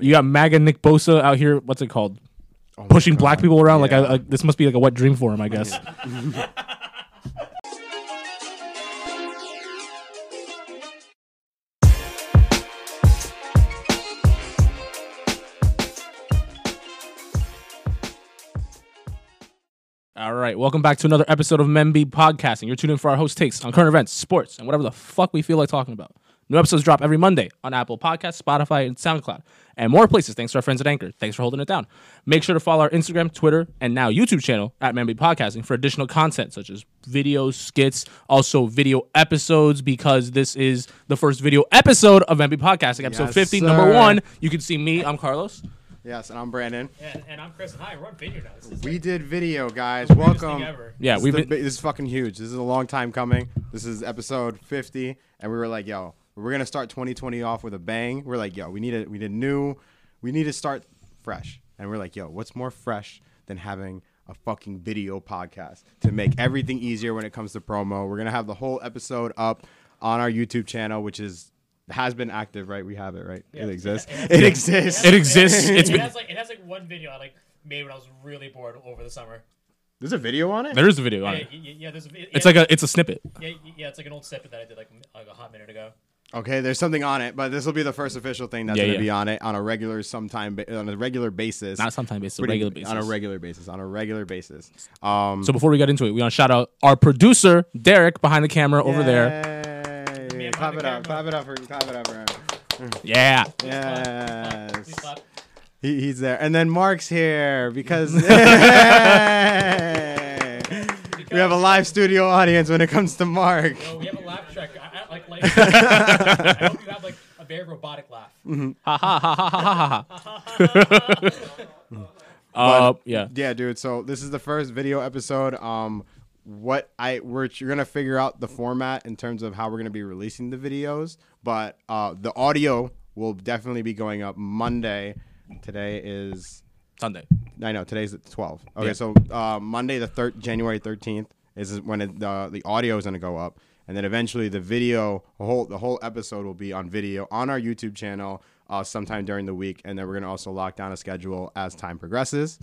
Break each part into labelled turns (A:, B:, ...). A: you got MAGA Nick Bosa out here. What's it called? Pushing black
B: Uh-huh.
A: people around like a, a, this must be like a wet dream for him, I guess. All right, welcome back to another episode of Membe Podcasting. You're tuned in for our host takes on current events, sports, and whatever the fuck we feel like talking about. New episodes drop every Monday on Apple Podcasts, Spotify, and SoundCloud, and more places thanks to our friends at Anchor. Thanks for holding it down. Make sure to follow our Instagram, Twitter, and now YouTube channel at Membe Podcasting for additional content such as videos, skits, also video episodes, because this is the first video episode of Membe Podcasting, episode
B: Yes,
A: 50,
B: sir.
A: number one. You can see me, I'm Carlos.
B: Yes, and I'm Brandon.
C: And, and I'm Chris. And hi, we're on video now. This is
B: We did video, guys.
C: the biggest
B: Welcome.
C: thing ever.
A: Yeah,
B: this
A: we've
B: is the
A: been,
B: bi- this is fucking huge. This is a long time coming. This is episode 50, and we were like, yo, we're gonna start 2020 off with a bang. We're like, yo, we need a we did new, we need to start fresh. And we're like, yo, what's more fresh than having a fucking video podcast to make everything easier when it comes to promo? We're gonna have the whole episode up on our YouTube channel, which is has been active, right? We have it, right? It exists. It exists.
A: it exists.
C: It,
A: It's been,
C: has like it has like one video I like made when I was really bored over the summer.
B: There's a video on it.
A: there is a video on
C: Yeah,
A: it.
C: yeah, yeah there's a, yeah,
A: It's like a it's a snippet.
C: yeah, yeah, yeah, it's like an old snippet that I did like, m- like a hot minute ago.
B: Okay, there's something on it, but this will be the first official thing that's
A: Yeah,
B: going to
A: yeah.
B: be on it on a regular sometime ba- on a regular basis.
A: Not sometime, it's a
B: Pretty-
A: regular basis.
B: On a regular basis, on a regular basis. Um
A: So before we get into it, we want to shout out our producer Derek behind the camera over there.
B: yay.
C: Yeah,
B: Clap
C: behind
B: it
C: the
B: up, clap
C: camera.
B: it up, for, clap it up. For him.
A: Yeah,
C: clap, clap,
B: Yes.
C: please clap.
B: He, he's there. And then Mark's here because we have a live studio audience when it comes to Mark.
C: Oh, we have a laugh track. I, I, like, like, I hope you have like a very robotic laugh.
A: uh, yeah.
B: Yeah, dude. So this is the first video episode. Um, what I we're you're gonna figure out the format in terms of how we're gonna be releasing the videos, but uh, the audio will definitely be going up Monday. Today is
A: Sunday.
B: I know today's the 12th. Okay,
A: Yeah.
B: so uh, Monday the third January 13th is when it, the the audio is gonna go up, and then eventually the video the whole the whole episode will be on video on our YouTube channel uh, sometime during the week, and then we're gonna also lock down a schedule as time progresses.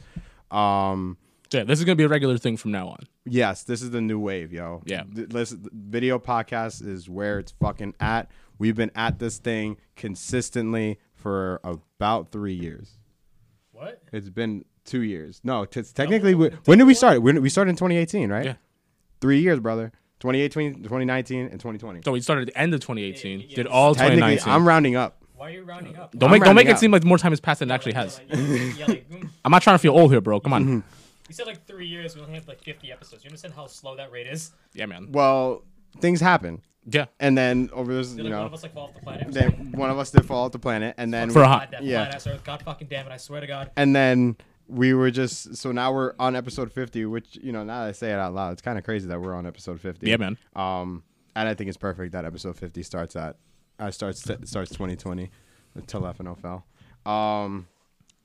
B: Um,
A: So yeah, this is gonna be a regular thing from now on.
B: Yes, this is the new wave, yo.
A: Yeah.
B: Th- listen, th- video podcast is where it's fucking at. We've been at this thing consistently for about three years.
C: What?
B: It's been two years. No, t- it's technically, we- when did we start? When, we started in 2018, right?
A: Oh. Yeah.
B: Three years, brother. 2018, 2019, and 2020.
A: So we started at the end of 2018,
C: Yeah,
A: did
C: yeah.
A: all
B: Technically,
A: 2019.
B: I'm rounding up.
C: Why are you rounding up?
A: don't
B: I'm
A: make don't make
B: rounding
A: it
B: up.
A: seem like more time has passed than it actually
C: Like,
A: has.
C: yeah, like, yeah, like, mm.
A: I'm not trying to feel old here, bro. Come on.
C: you said like three years. We only have like 50 episodes. You understand how slow that rate is?
A: Yeah, man.
B: Well, things happen.
A: Yeah.
B: And then over this,
C: Did
B: you
C: like, one
B: know,
C: of us like fall off the planet? or something?
B: then one of us did fall off the planet, and then
A: For a hot-
C: God, that
B: Yeah.
C: flat ass earth. God fucking damn it! I swear to God.
B: and then we were just so now we're on episode 50 which you know now that i say it out loud it's kind of crazy that we're on episode 50
A: Yeah, man.
B: um and i think it's perfect that episode 50 starts at uh, starts starts 2020 until FNFL. um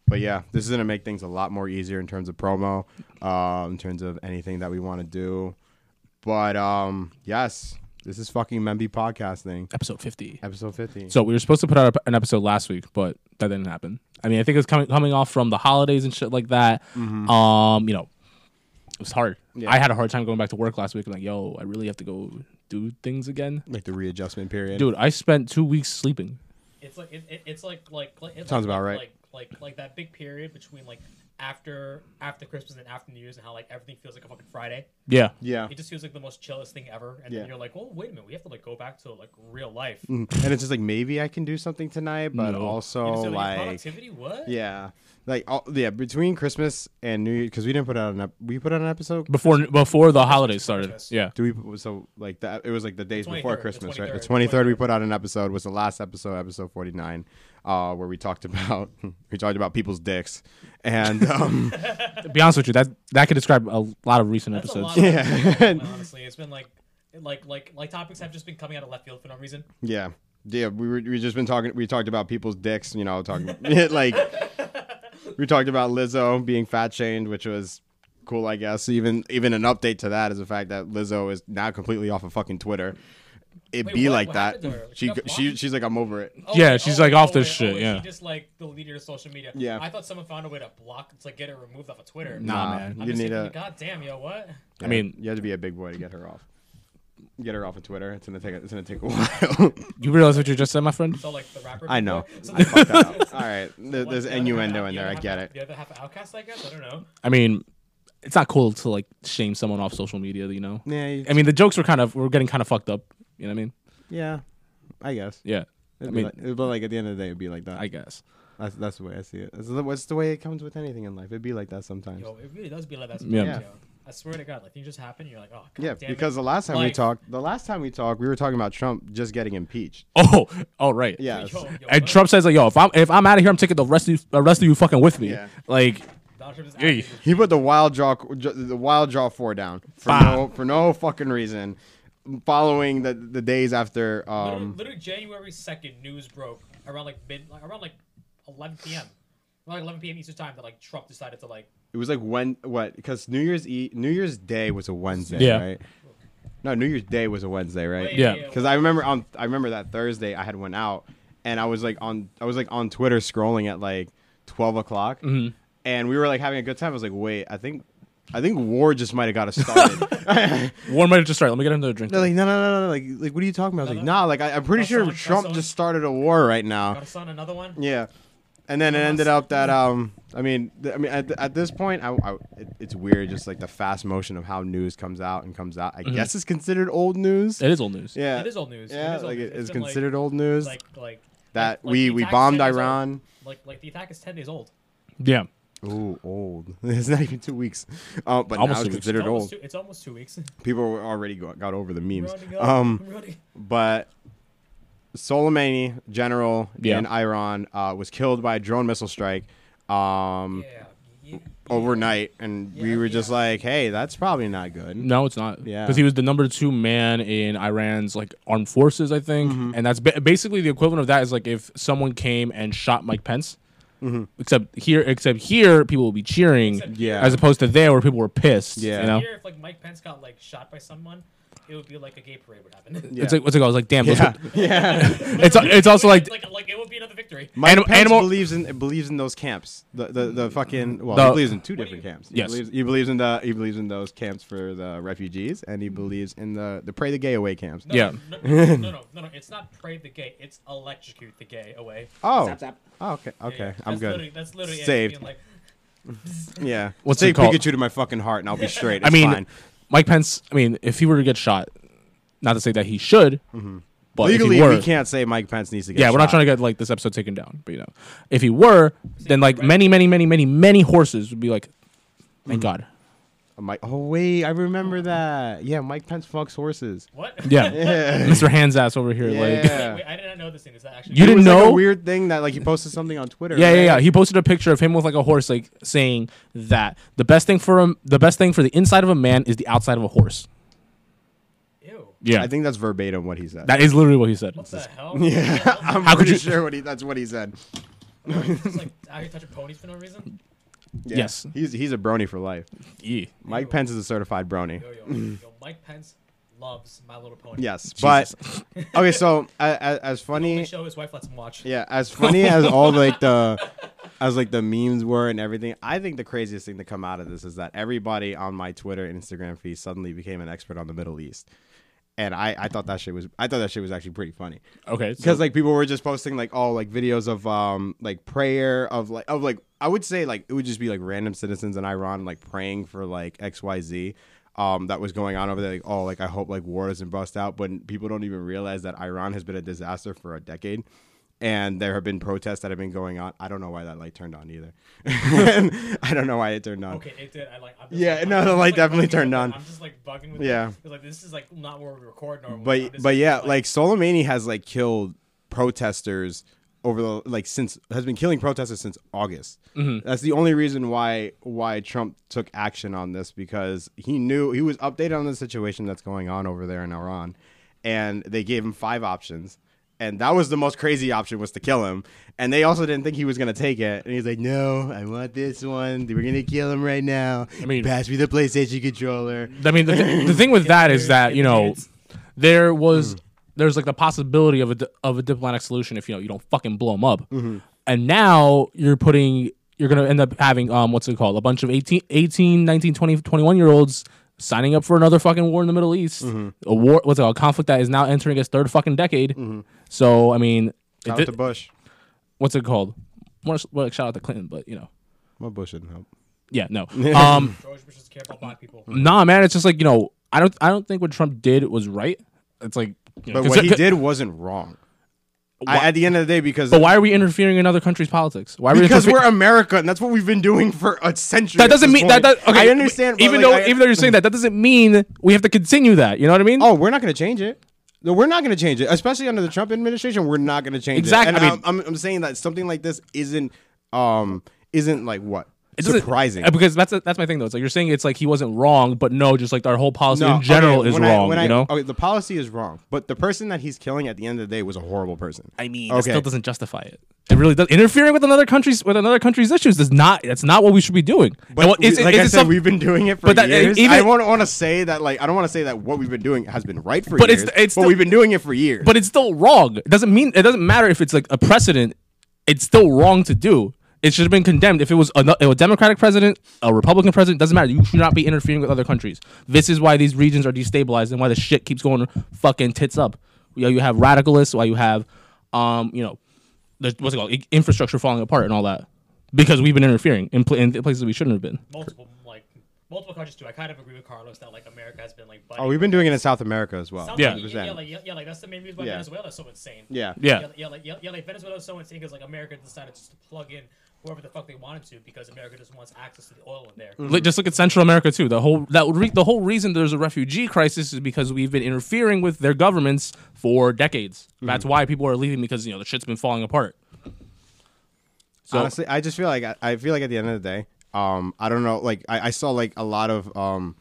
B: but yeah this is gonna make things a lot more easier in terms of promo uh, in terms of anything that we want to do but um yes this is fucking memby podcasting
A: Episode 50.
B: episode 50
A: So we were supposed to put out a- an episode last week, but that didn't happen. I mean, I think it was coming coming off from the holidays and shit like that. Um, you know, it was hard.
B: Mm-hmm. Yeah.
A: I had a hard time going back to work last week. I'm like, yo, I really have to go do things again.
B: like the readjustment period
A: Dude, I spent two weeks sleeping.
C: It's like it, it, it's like like like- it's
B: Sounds
C: like,
B: about right.
C: Like like like that big period between like after after Christmas and after New Year's and how like everything feels like a fucking Friday.
A: Yeah.
B: yeah
C: It just feels like the most chillest thing ever. And
B: Yeah. Mm-hmm.
C: then you're like, oh wait a minute, we have to like go back to like real life.
B: and it's just like maybe I can do something tonight, but
A: No.
B: also
C: And so,
B: Oh, like
C: productivity, what?
B: yeah, like all, yeah between Christmas and New Year because we didn't put out an ep- we put out an episode.
A: Before before the holidays started.
C: Christmas.
A: Yeah.
B: Do we so like that? It was like the days before
C: 23rd, the
B: Christmas, right? The
C: 23rd,
B: twenty third, we
C: 23rd.
B: put out an episode. Was the last episode, episode forty nine, uh, where we talked about we talked about people's dicks, and um,
A: To be honest with you, that that could describe a lot of recent
C: That's
A: episodes.
C: a lot. Of
B: Yeah.
C: honestly, it's been like like like like topics have just been coming out of left field for no reason.
B: yeah, yeah, we were we just been talking. We talked about people's dicks, you know, talking like we talked about Lizzo being fat shamed, which was cool, I guess. Even even an update to that is the fact that Lizzo is now completely off of fucking Twitter. it
C: Wait,
B: be
C: what-
B: like
C: what
B: that.
C: happened to her? She
B: She
C: got
B: she
C: blocked?
B: she's like I'm over it.
C: Oh,
A: Yeah,
C: wait,
A: she's,
C: oh,
A: like,
C: oh,
A: off this
C: wait, oh,
A: shit,
C: wait,
A: yeah.
C: she just like deleted her social media.
B: Yeah.
C: I thought someone found a way to block, it's like get it removed off of Twitter.
A: Nah,
B: Nah,
A: man.
C: I'm
B: you
C: just
B: need
C: thinking,
B: a.
C: God damn, yo, what?
A: I mean-
B: you have to be a big boy to get her off. Get her off of Twitter. It's gonna take a, it's gonna take a while.
A: You realize what you just said, my friend?
C: So like the rapper.
B: I know.
C: before? So
B: I
C: the-
B: fucked that up. All right, there,
C: what,
B: there's
C: the other
B: innuendo
C: half-
B: in
C: the
B: there. I
C: other
B: get
C: half-
B: it.
C: The other half of Outcast, I guess. I don't know.
A: I mean, it's not cool to like shame someone off social media, you know?
B: Yeah, you-
A: I mean, the jokes were kind of, were getting kind of fucked up. You know what I mean?
B: yeah, I guess.
A: Yeah. I
B: It'd be
A: mean,
B: like- it'd- but like at the end of the day, it'd be like that.
A: I guess.
B: that's that's the way I see it. That's the, that's the way it comes with anything in life. It'd be like that sometimes.
C: Yo, it really does be like that.
A: Yeah.
C: sometimes,
B: Yeah.
C: yo. I swear to God, like things just happen. You're like, oh, God
B: yeah,
C: damn
B: because
C: it.
B: the last time we
C: Life.
B: talked, the last time we talked, we were talking about Trump just getting impeached.
A: Oh, all right.
B: Yeah,
C: Yo, yo,
A: And
C: what?
A: Trump says like, "Yo, if I'm if I'm out of here, I'm taking the rest of you, the rest of you fucking with me."
B: Yeah.
A: Like,
C: Donald Trump is
A: Hey.
C: acting-
B: He put the wild jaw, the wild jaw four down for
A: Bah.
B: no for no fucking reason. Following the the days after,
C: Literally,
B: um,
C: literally January second, news broke around like mid, like around like 11 p.m. Around, Like 11 p.m. Eastern time that like Trump decided to like.
B: it was like when what? Because New Year's E New Year's Day was a Wednesday,
A: Yeah.
B: right? No, New Year's Day was a Wednesday, right?
C: wait,
A: Yeah.
B: because I remember on I remember that Thursday I had went out and I was like on I was like on Twitter scrolling at like twelve o'clock and we were like having a good time. I was like, wait, I think I think war just might have got us started.
A: Warren might have just started. Let me get another drink.
B: They're like, no, no, no, no, no, like like what are you talking about? I was like, nah, like I, I'm pretty
C: That's
B: sure
C: on- that's
B: Trump
C: on.
B: just started a war right now.
C: Got a son, another one.
B: Yeah. And then it ended up that um, I mean, th- I mean, at, th- at this point, I, I it, it's weird, just like the fast motion of how news comes out and comes out. I guess it's considered old news.
A: Mm-hmm. it is old news.
B: yeah,
C: It is old news. It
B: Yeah,
C: is old
B: like
C: news.
B: it
C: It's
B: is
C: been, like-
B: considered old news.
C: Like like
B: that
C: like,
B: we
C: the
B: we
C: attack's
B: bombed
C: 10 days old.
B: Iran.
C: Like like the attack is 10 days old.
A: Yeah.
B: Ooh, old. it's not even two weeks. Uh,
A: Almost
B: but now
A: two
B: it's
A: weeks.
B: considered
C: it's almost
B: old.
C: two, it's almost two weeks.
B: People were already got, got over the memes.
C: Running up,
B: Um,
C: running-
B: but Soleimani, general
A: Yeah.
B: in Iran, uh, was killed by a drone missile strike. Um,
C: yeah, yeah.
B: overnight and we
C: Yeah,
B: were just
C: yeah.
B: like hey that's probably not good
A: No, it's not.
B: Yeah.
A: Because he was the number two man in Iran's like armed forces, I think,
B: Mm-hmm.
A: and that's ba- basically the equivalent of that is like if someone came and shot Mike Pence.
B: Mm-hmm.
A: Except here, except here, people will be cheering,
C: Except
B: here.
A: as opposed to there where people were pissed.
B: Yeah.
A: You know.
C: Here, if like Mike Pence got like shot by someone, it would be like a gay parade would happen.
A: It's like what's it called? It's like damn. those-
B: yeah yeah
A: It's it's also like
C: like like it would be another victory.
B: Mike
A: Anim-
B: Pence
A: animal-
B: believes in it believes in those camps the the, the fucking well
A: The-
B: he believes in two different
C: do you-
B: camps
A: Yes.
B: he believes, he believes in the he believes in those camps for the refugees and
C: Mm.
B: he believes in the the pray the gay away camps
C: No,
A: Yeah.
C: No no, no, no, no, no. It's not pray the gay. It's electrocute the gay away.
B: oh
D: Zap, zap.
B: Oh, okay okay
C: Yeah, yeah.
B: I'm
C: That's Literally,
B: good
C: that's literally it.
B: Saved.
C: Being like,
B: yeah
A: What's it
B: take
A: called?
B: Pikachu to my fucking heart and I'll be straight
A: I
B: It's
A: mean,
B: fine.
A: Mike Pence. I mean, if he were to get shot, not to say that he should, but
B: Mm-hmm. legally
A: if he were,
B: we can't say Mike Pence needs to get
A: yeah, we're not trying to get like this episode taken down. But you know, if he were, then like many, many, many, many, many horses would be like,
B: Mm-hmm.
A: thank God.
B: Mike oh wait I remember that yeah Mike Pence fucks horses
C: what?
A: Yeah, Mr. Hands ass over here. Like,
B: yeah.
C: Wait, I did not know this thing. Is that actually?
A: You
B: It
A: didn't
B: was, like,
A: know?
B: a weird thing that like he posted something on Twitter.
A: yeah, yeah,
B: right?
A: yeah. He posted a picture of him with like a horse, like saying that the best thing for him, the best thing for the inside of a man is the outside of a horse.
C: Ew.
A: Yeah,
B: I think that's verbatim what he said.
A: that is literally what he said.
C: What the hell?
B: yeah, I'm
A: How could
B: pretty
A: you-
B: sure what he, that's what he said.
C: Just like out here touching ponies for no reason.
B: Yeah.
A: Yes.
B: he's he's a brony for life.
A: Yeah.
B: Mike
C: Ew.
B: Pence is a certified brony.
C: Yo, yo, yo, Mike Pence loves My Little Pony.
B: Yes,
A: Jesus.
B: but okay. So as, as
C: Only
B: funny,
C: show his wife lets him watch.
B: yeah, as funny as all like the as like the memes were and everything, I think the craziest thing to come out of this is that everybody on my Twitter and Instagram feed suddenly became an expert on the Middle East. And I, I thought that shit was I thought that shit was actually pretty funny.
A: Okay. So,
B: because like people were just posting like all like videos of um like prayer of like of like I would say like it would just be like random citizens in Iran like praying for like X Y Z um that was going on over there like oh like I hope like war doesn't bust out but people don't even realize that Iran has been a disaster for a decade. And there have been protests that have been going on. I don't know why that light turned on either. I don't know why it turned on.
C: Okay, it did. I like. I'm just,
B: Yeah,
C: like,
B: no,
C: I'm
B: the
C: just,
B: light
C: like,
B: definitely
C: bugging
B: turned
C: with it.
B: on.
C: I'm just like bugging with
B: Yeah.
C: it. It's like this is like not where we record normally. I'm
B: But
C: just,
B: but yeah,
C: like,
B: like Soleimani has like killed protesters over the like since has been killing protesters since August. That's the only reason why why Trump took action on this because he knew he was updated on the situation that's going on over there in Iran, and they gave him five options. And that was the most crazy option was to kill him. And they also didn't think he was gonna take it. And he's like, "No, I want this one. We're gonna kill him right now. I
A: mean-
B: mean, pass me the PlayStation controller." Mm.
A: I mean, the, th- the thing with that is that you know there was there's like the possibility of a di- of a diplomatic solution if you know you don't fucking blow them up.
B: Mm-hmm.
A: And now you're putting you're going to end up having um what's it called a bunch of 18 18 19 20 21 year olds signing up for another fucking war in the Middle East.
B: Mm-hmm.
A: A war what's it called a conflict that is now entering its third fucking decade. So I mean it
B: Mm-hmm. Shout
A: did-
B: out to Bush.
A: what's it called? More s- well, like, shout out to Clinton, but you know.
B: My Bush didn't help.
A: Yeah, no. Um
C: George Bush doesn't care about black people.
A: Nah, man, it's just like you know, I don't, I don't think what Trump did was right. It's like, you know,
B: But
A: 'cause-
B: what he
A: 'cause-
B: did wasn't wrong. I, at the end of the day, because
A: But why are we interfering in other countries' politics? Why are
B: because
A: we? interfe-
B: we're America, and that's what we've been doing for a century.
A: that
B: at
A: doesn't
B: this
A: mean that.
B: point.
A: that okay,
B: I understand. but,
A: Even
B: like,
A: though,
B: I-
A: even though you're saying that, that doesn't mean we have to continue that. You know what I mean?
B: oh, we're not going to change it. No, we're not going to change it, especially under the Trump administration. We're not going to change
A: Exactly.
B: it.
A: I
B: Exactly.
A: mean-
B: I'm, I'm, I'm saying that something like this isn't, um, isn't like what
A: It doesn't-
B: surprising.
A: uh, because that's that's my thing though. It's like you're saying it's like he wasn't wrong, but no, just like our whole policy in
B: okay,
A: general is
B: when I-
A: wrong.
B: when I-
A: you know,
B: okay, the policy is wrong, but the person that he's killing at the end of the day was a horrible person.
A: I mean, it
B: okay.
A: still doesn't justify it. It really does. Interfering with another country's with another country's issues does not. That's not what we should be doing.
B: But
A: And what- is
B: we-
A: it-
B: like
A: is
B: I
A: it
B: said,
A: some-
B: we've been doing it for
A: But that-
B: years.
A: even-
B: I won't want to say that. Like I don't want to say that what we've been doing has been right for
A: But it's-
B: years.
A: it's
B: but
A: still-
B: we've been doing it for years.
A: but it's still wrong. It doesn't mean it doesn't matter if it's like a precedent. It's still wrong to do. It should have been condemned if it was a, a Democratic president, a Republican president. Doesn't matter. You should not be interfering with other countries. This is why these regions are destabilized and why the shit keeps going fucking tits up. You, know, you have radicalists. Why you have, um, you know, the, what's it called? I- Infrastructure falling apart and all that because we've been interfering in, pla in places we shouldn't have been.
C: Multiple like multiple countries too. I kind of agree with Carlos that like America has been like.
B: oh, we've been doing it in South America as well.
C: Sounds
A: Yeah.
C: like- yeah, yeah, like, yeah, yeah, like that's the main reason why
B: Yeah.
C: Venezuela is so insane.
B: Yeah.
A: Yeah.
C: yeah, yeah, like, yeah, yeah, like Venezuela is so insane because like America decided just to plug in whoever the fuck they wanted to because America just wants access to the oil in
B: Mm-hmm.
C: there.
A: Look- Just look at Central America too. The whole that re- the whole reason there's a refugee crisis is because we've been interfering with their governments for decades.
B: Mm-hmm.
A: That's why people are leaving because you know the shit's been falling apart. So
B: Honestly, I just feel like I, I feel like at the end of the day, um, I don't know. Like I, I saw like a lot of um,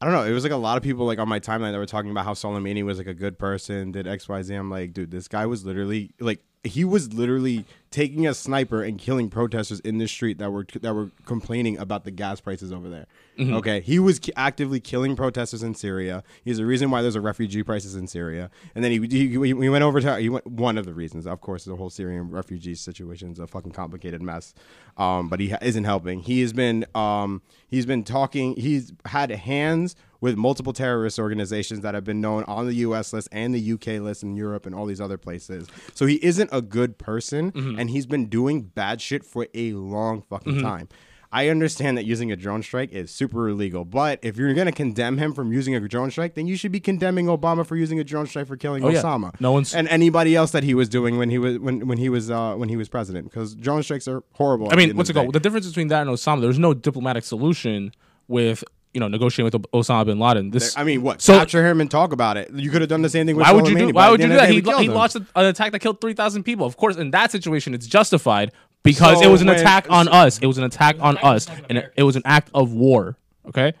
B: I don't know. It was like a lot of people like on my timeline that were talking about how Soleimani was like a good person, did X Y Z. I'm like, dude, this guy was literally like he was literally taking a sniper and killing protesters in the street that were that were complaining about the gas prices over there. Okay, he was ki- actively killing protesters in Syria. He's the reason why there's a refugee crisis in Syria. And then he he, he he went over to he went one of the reasons, of course, the whole Syrian refugee situation is a fucking complicated mess. Um, but he ha- isn't helping. He has been um he's been talking. He's had hands with multiple terrorist organizations that have been known on the US list and the UK list in Europe and all these other places. So he isn't a good person
A: Mm-hmm.
B: and he's been doing bad shit for a long fucking time. I understand that using a drone strike is super illegal, but if you're going to condemn him from using a drone strike, then you should be condemning Obama for using a drone strike for killing
A: Oh, yeah.
B: Osama.
A: No one's-
B: and anybody else that he was doing when he was when, when he was uh, when he was president because drone strikes are horrible.
A: I mean, what's it called? The difference between that and Osama, there's no diplomatic solution with you know negotiating with Ob- Osama bin Laden. This
B: I mean, what?
A: So-
B: capture him and talk about it. You could have done the same thing. With
A: why would you
B: Soleimani,
A: do
B: but
A: why
B: at
A: would
B: the
A: you do
B: end
A: that?
B: of the day,
A: He,
B: we
A: la- he
B: killed him.
A: launched a- an attack that killed three thousand people. Of course, in that situation, it's justified because it was an
B: So when-
A: attack on us. It was an attack on
C: attack on
A: us,
C: South
A: and it,
C: Americans.
A: it was an act of war. Okay,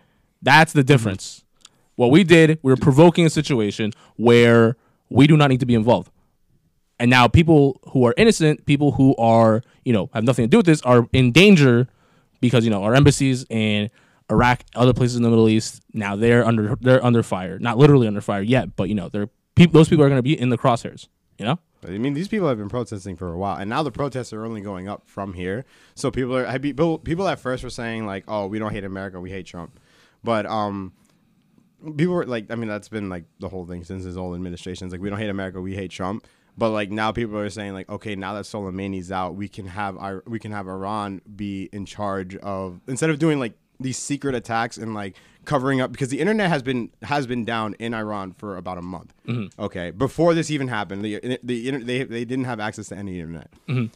A: that's the difference. What we did, we were provoking a situation where we do not need to be involved. And now people who are innocent, people who are, you know, have nothing to do with this are in danger because, you know, our embassies in Iraq, other places in the Middle East, now they're under they're under fire. Not literally under fire yet, but you know, they're people those people are going to be in the crosshairs, you know?
B: I mean, these people have been protesting for a while, and now the protests are only going up from here. So people are I be- people, people at first were saying like, "Oh, we don't hate America, we hate Trump," but um, people were like, I mean, that's been like the whole thing since his old administration. It's like we don't hate America, we hate Trump. But like now, people are saying like, okay, now that Soleimani's out, we can have our we can have Iran be in charge of instead of doing like these secret attacks and like covering up because the internet has been has been down in Iran for about a month. Okay, before this even happened, the, the inter- they they didn't have access to any internet.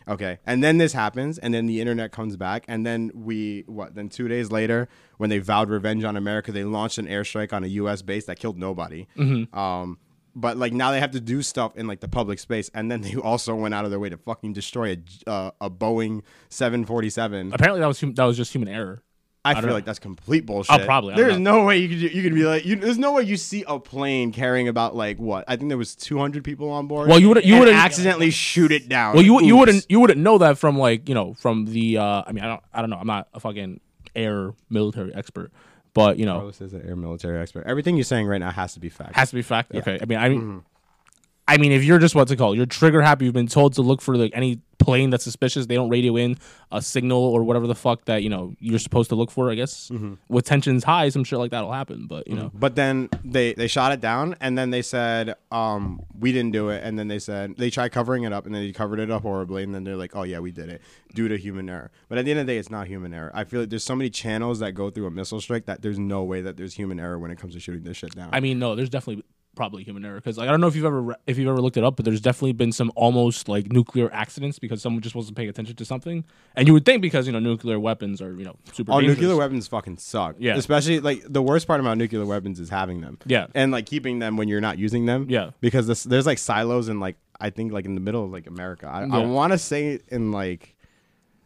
B: Okay, and then this happens, and then the internet comes back, and then we what? Then two days later, when they vowed revenge on America, they launched an airstrike on a U.S. base that killed nobody. Um, but like now they have to do stuff in like the public space, and then they also went out of their way to fucking destroy a j- uh, a Boeing 747.
A: Apparently that was hum- that was just human error.
B: I, feel like that's complete bullshit.
A: Oh, probably. I don't
B: There's no way you could you could be like you, there's no way you see a plane carrying about like what I think there was 200 people on board.
A: Well, you would've- you
B: and
A: would've-
B: accidentally shoot it down.
A: Well, you you
B: Oops.
A: wouldn't you wouldn't know that from like you know from the uh, I mean I don't I don't know I'm not a fucking air military expert, but you know
B: Carlos is an air military expert. Everything you're saying right now has to be fact.
A: has to be fact. Okay, I mean I mean I mean, if you're just what's it called, you're trigger happy. You've been told to look for like any plane that's suspicious. They don't radio in a signal or whatever the fuck that you know you're supposed to look for. I guess with tensions high, some shit like that'll happen. But you know,
B: But then they they shot it down, and then they said um, we didn't do it, and then they said they tried covering it up, and then they covered it up horribly, and then they're like, oh yeah, we did it due to human error. But at the end of the day, it's not human error. I feel like there's so many channels that go through a missile strike that there's no way that there's human error when it comes to shooting this shit down.
A: I mean, no, there's definitely probably human error because like I don't know if you've ever re- if you've ever looked it up, but there's definitely been some almost like nuclear accidents because someone just wasn't paying attention to something. And you would think because you know nuclear weapons are you know super.
B: Oh,
A: dangerous.
B: nuclear weapons fucking suck.
A: Yeah.
B: Especially like the worst part about nuclear weapons is having them.
A: Yeah.
B: And like keeping them when you're not using them.
A: Yeah.
B: Because this, there's like silos in like I think like in the middle of like America. I, I
A: Yeah.
B: want to say in like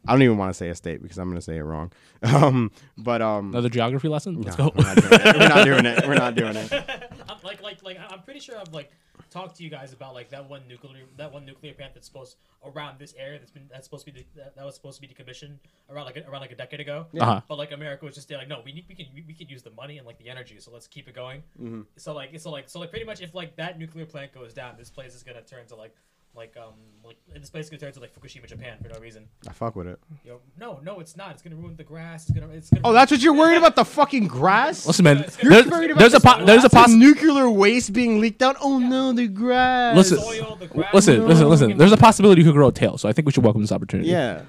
B: I don't even want to say a state because I'm gonna say it wrong. Um. But um.
A: Another geography lesson. Let's
B: no,
A: go.
B: we're, not doing it. we're not doing it. We're not doing it.
C: I'm, like, like, like, I'm pretty sure I've like talked to you guys about like that one nuclear, that one nuclear plant that's supposed around this area that's been that's supposed to be de- that, that was supposed to be decommissioned around like a- around like a decade ago.
A: Uh-huh.
C: But like America was just like, no, we need we can we, we can use the money and like the energy, so let's keep it going.
B: Mm-hmm.
C: So like so like so like pretty much if like that nuclear plant goes down, this place is gonna turn to like like um like this place is gonna turn to like Fukushima, Japan for no reason.
B: I fuck with it.
C: You know, no, no, it's not. It's gonna ruin the grass. It's gonna it's gonna.
B: Oh, that's what you're worried about—the fucking grass.
A: Listen, man.
C: You're
A: There's,
C: worried about
A: there's a
C: this
A: po- there's a
B: Lots of
A: possibility.
B: nuclear waste being leaked out. Oh no, the grass.
A: Listen,
C: soil, the grass,
A: listen,
C: the
A: listen,
C: fucking-
A: listen. There's a possibility you could grow a tail, so I think we should welcome this opportunity.
B: Yeah.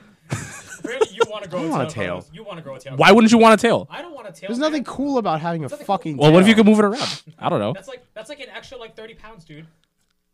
C: Brandon, you want to grow
B: I
C: a
B: want a
C: tail?
B: tail.
C: Carlos. You want to grow a tail?
A: Why wouldn't you want a tail?
C: I don't want a tail.
B: There's
C: man.
B: nothing cool about having a
C: Nothing cool.
B: fucking.
A: Well, what if you
B: tail.
A: could move it around? I don't know.
C: That's like that's like an extra like thirty pounds, dude.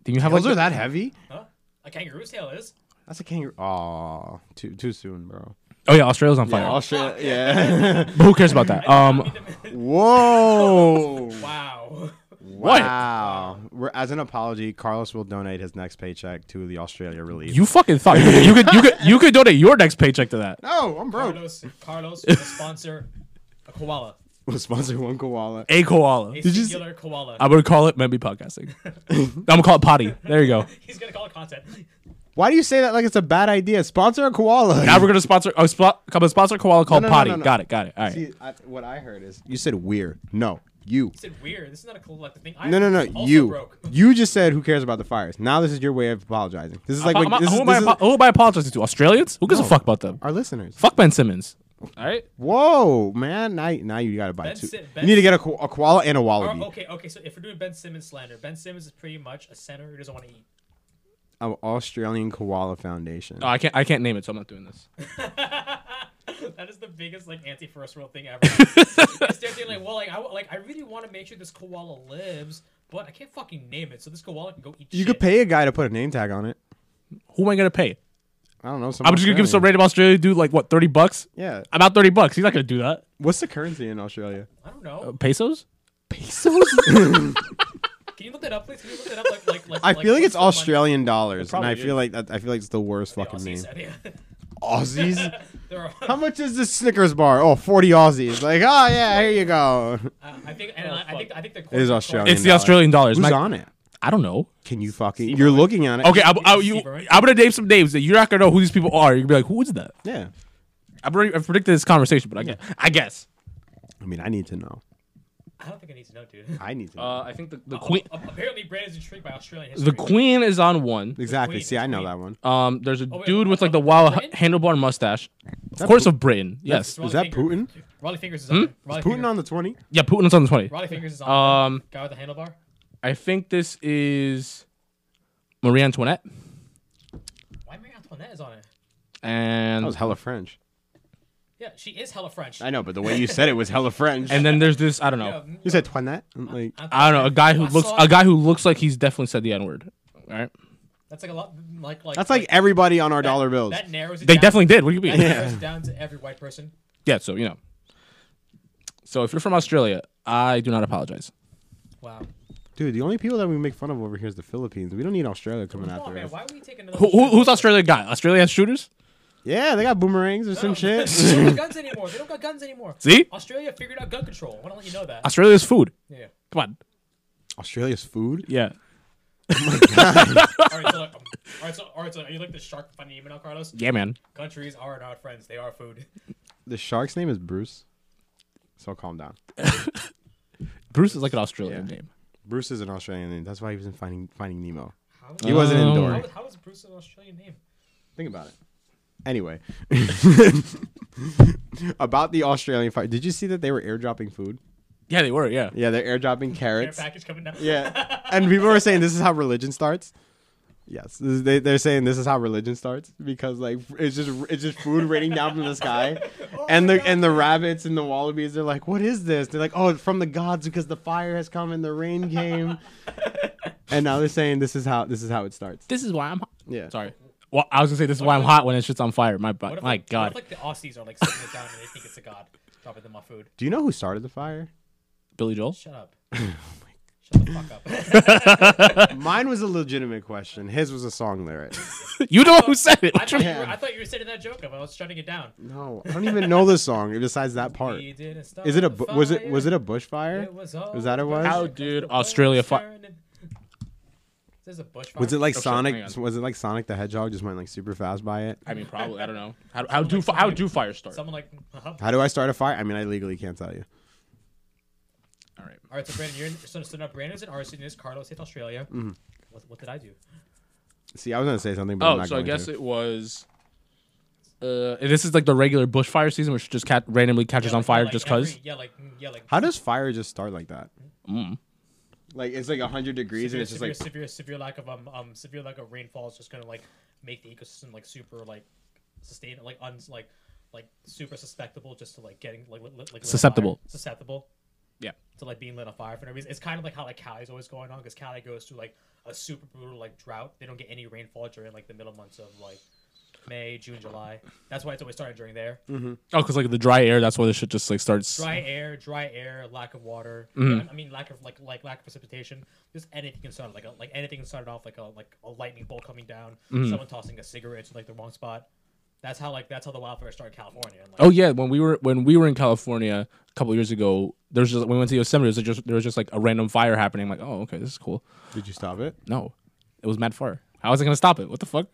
A: Do you have like
B: Those are that heavy?
C: Huh? A kangaroo's tail is.
B: That's a kangaroo. Oh, too too soon, bro.
A: Oh yeah, Australia's on fire.
B: Australia. Yeah.
A: But who cares about that?
C: I
A: Um,
C: mean, the-
B: Whoa. Oh.
C: wow.
B: Wow. We're, as an apology, Carlos will donate his next paycheck to the Australia relief.
A: you fucking thought you could you could you could, you could donate your next paycheck to that.
B: no, Oh, I'm broke.
C: Carlos, Carlos, the sponsor, a koala,
B: We'll sponsor one koala.
A: A koala.
C: a
A: Did you? See?
C: singular koala.
A: I would call it maybe podcasting. I'm gonna call it potty. There you go.
C: He's gonna call it content.
B: Why do you say that like it's a bad idea? Sponsor a koala.
A: Now we're gonna sponsor. Oh, spo- come and sponsor a koala called
B: no, no,
A: potty.
B: no, no.
A: Got it. Got it. All right.
B: See, I, what I heard is you said weird. No, you.
C: He said weird. This is not a collective thing. I
B: No, no, no.
C: also
B: You.
C: broke.
B: You just said who cares about the fires. Now this is your way of apologizing. This is like
A: Am I-
B: when, this
A: who,
B: is,
A: am I,
B: this is
A: apo- who am I apologizing to? Australians? Who gives a
B: No.
A: fuck about them?
B: our listeners.
A: Fuck Ben Simmons. All right.
B: Whoa, man! Now, now you gotta buy
C: Ben
B: two.
C: Si-
B: you
C: Ben
B: need to get a, ko- a koala and a
C: Or,
B: wallaby.
C: okay, okay. So if we're doing Ben Simmons slander, Ben Simmons is pretty much a center who doesn't want to eat.
B: An Australian koala foundation.
A: No, Oh, I can't. I can't name it, so I'm not doing this.
C: That is the biggest like anti first world thing ever. it's their thing, like, well, like I like I really want to make sure this koala lives, but I can't fucking name it, so this koala can go eat.
B: you could pay a guy to put a name tag on it.
A: Who am I gonna pay?
B: I don't know. some
A: I'm just gonna give some
B: Australian.
A: random Australian dude like what thirty bucks.
B: Yeah.
A: About thirty bucks. He's not gonna do that.
B: What's the currency in Australia?
C: I don't know.
A: Pesos.
B: Pesos.
C: Can you look that up, please? Can you look that up? Like, like, like
B: I feel like it's
C: what's the money-
B: Australian dollars, and
A: probably
B: I feel like that, I feel like it's the worst
C: the
B: fucking
C: Aussie
B: name.
C: said, yeah.
B: Aussies.
C: There are-
B: How much is this Snickers bar? Oh, 40 Aussies. Like, oh yeah, here you go.
C: I uh, I think, and I, I think, I think the
B: It is
C: the
B: Australian.
A: It's the
B: dollar.
A: Australian dollars. My-
B: Who's on it?
A: I don't know.
B: Can you fucking? You're looking at it.
A: Okay, I'm, I, you,
C: Steve Irwin?
A: I'm gonna name some names that you're not gonna know who these people are. You're gonna be like, who is that?
B: Yeah.
A: I've, already, I've predicted this conversation, but I guess. I guess.
B: I mean, I need to know.
C: I don't think I need to know, dude.
B: I need to know.
A: Uh, I think the, the queen.
C: A- Apparently, Brandon's intrigued by Australian history.
A: The queen is on one.
B: exactly.
C: Queen,
B: See, I know
C: Queen.
B: that one.
A: Um, there's a
C: wait,
A: dude with like the
C: uh,
A: wild h-
C: Britain?
A: handlebar mustache. Of course, of Britain. Yes.
C: Raleigh
B: Is that
C: Fingers.
B: Putin? Hmm?
C: Raleigh Fingers is on. there. Raleigh
B: Putin
C: Fingers-
B: on Uh, the 20?
A: Yeah, Putin's on the twenty.
C: Raleigh Fingers is on.
A: Um,
C: there. guy with the handlebar.
A: I think this is Marie Antoinette,
C: Why Marie Antoinette is on it?
A: and
B: That was hella French.
C: Yeah, she is hella French.
B: I know, but the way you said it was hella French.
A: and then there's this. I don't know.
C: Yeah,
B: you said Toinette? Like,
A: I don't know. A guy who
C: I
A: looks
C: saw-
A: a guy who looks like he's definitely said the N word. All right.
C: That's like a lot. Like like
B: that's like everybody on our
C: that-
B: dollar bills.
C: That narrows it.
A: They
C: down.
A: definitely did. What do you mean?
C: That narrows it down to every white person.
A: yeah. So you know. So if you're from Australia, I do not apologize.
C: Wow.
B: Dude, the only people that we make fun of over here is the Philippines. We don't need Australia coming
C: Come on,
B: after
C: man.
B: us.
C: Why would we take another?
A: Who, who,
C: shot?
A: who's Australia guy? Australia has shooters.
B: Yeah, they got boomerangs or
C: No,
B: some
C: no,
B: shit.
C: They don't have guns anymore. They don't got guns anymore.
A: See?
C: Australia figured out gun control. I want to let you know that.
A: Australia's food.
C: Yeah.
A: Come on.
B: Australia's food?
A: Yeah.
C: All right. So, like, um, all right. So, all right. So, are you like the shark funny email, Carlos?
A: Yeah, man.
C: Countries are not friends. They are food.
B: The shark's name is Bruce. So calm down.
A: Bruce is like an Australian
B: Yeah.
A: name.
B: Bruce is an Australian name. That's why he was in Finding Finding Nemo.
C: How is-
B: He wasn't
A: Um,
B: indoor.
C: How, is- how is Bruce an Australian name?
B: Think about it. Anyway, about the Australian fire. Did you see that they were airdropping food?
A: Yeah, they were. Yeah.
B: Yeah, they're airdropping
C: Care
B: carrots.
C: package coming down.
B: Yeah, and people were saying this is how religion starts. Yes, this is- they, they're saying this is how religion starts because like it's just it's just food raining down from the sky,
C: Oh
B: and the and the rabbits and the wallabies they're like, what is this? They're like, oh, it's from the gods because the fire has come and the rain came, and now they're saying this is how this is how it starts.
A: This is why I'm. Hot.
B: Yeah,
A: Sorry. Well, I was gonna say this is why I'm hot when it's shit's on fire. My
C: What
A: butt.
C: if,
A: My
C: like,
A: God.
C: What if, like the Aussies are like sitting it down and they think it's a god dropping them my food?
B: Do you know who started the fire?
A: Billy Joel.
C: Shut up.
B: Oh
C: Shut the fuck up.
B: Mine was a legitimate question. His was a song lyric.
A: you know who said it.
C: I, thought you
B: Yeah.
C: were, I thought you were sitting that joke up. I was shutting it down.
B: No, I don't even know the song besides that part.
C: We didn't start
B: Is it a
C: the
B: bu- was it
C: fire.
B: was it a bushfire?
C: It was all
B: Was that it was?
A: How
C: because
A: did
C: the
A: Australia
C: birds
A: fi-
C: turned and- There's a bushfire.
B: Was it like
A: Oh, shit, hang
B: Sonic?
A: on.
B: Was it like Sonic the Hedgehog? Just went like super fast by it.
A: I mean, probably. I don't know. How, how do fi- how do fires start?
C: someone like? Uh-huh.
B: How do I start a fire? I mean, I legally can't tell you.
A: All right.
C: All right, so Brandon, you're in, so, so now Brandon's in Arsenal. Carlos hit Australia.
B: Mm-hmm.
C: What, what did I do?
B: See, I was gonna say something, but I'm
A: Oh,
B: not
A: so I
B: going
A: guess
B: to.
A: it was. Uh, this is like the regular bushfire season, which just cat randomly catches
C: Yeah,
A: on
C: like-
A: fire
C: like
A: just
C: every-
A: because.
C: Yeah, like mm, yeah, like
B: How does fire just start like that?
A: Mm.
B: Like it's like hundred degrees, and
C: severe,
B: it's just
C: severe,
B: like
C: severe, severe lack of um, um, severe lack of rainfall is just gonna like make the ecosystem like super like sustain like un like like super susceptible just to like getting like, lit- lit- like lit on
A: Susceptible.
C: fire. susceptible
A: Yeah.
C: to like being lit on fire for no reason. It's kind of like how like Cali's always going on because Cali goes through like a super brutal like drought. They don't get any rainfall during like the middle months of like May, June, July. That's why it's always starting during there.
A: Oh, because like the dry air, that's why the shit just like starts.
C: Dry air, dry air, lack of water.
A: Mm-hmm.
C: I mean, lack of like like lack of precipitation. Just anything can start like a, like anything can start off like a like a lightning bolt coming down.
A: Mm-hmm.
C: Someone tossing a cigarette to like the wrong spot. That's how like that's how the wildfires start in California. And, like,
A: Oh yeah, when we were when we were in California a couple years ago, there was just when we went to Yosemite, it was just there was just like a random fire happening. like, oh okay, this is cool.
B: did you stop it?
A: No, it was mad fire. How was I gonna stop it? What the fuck?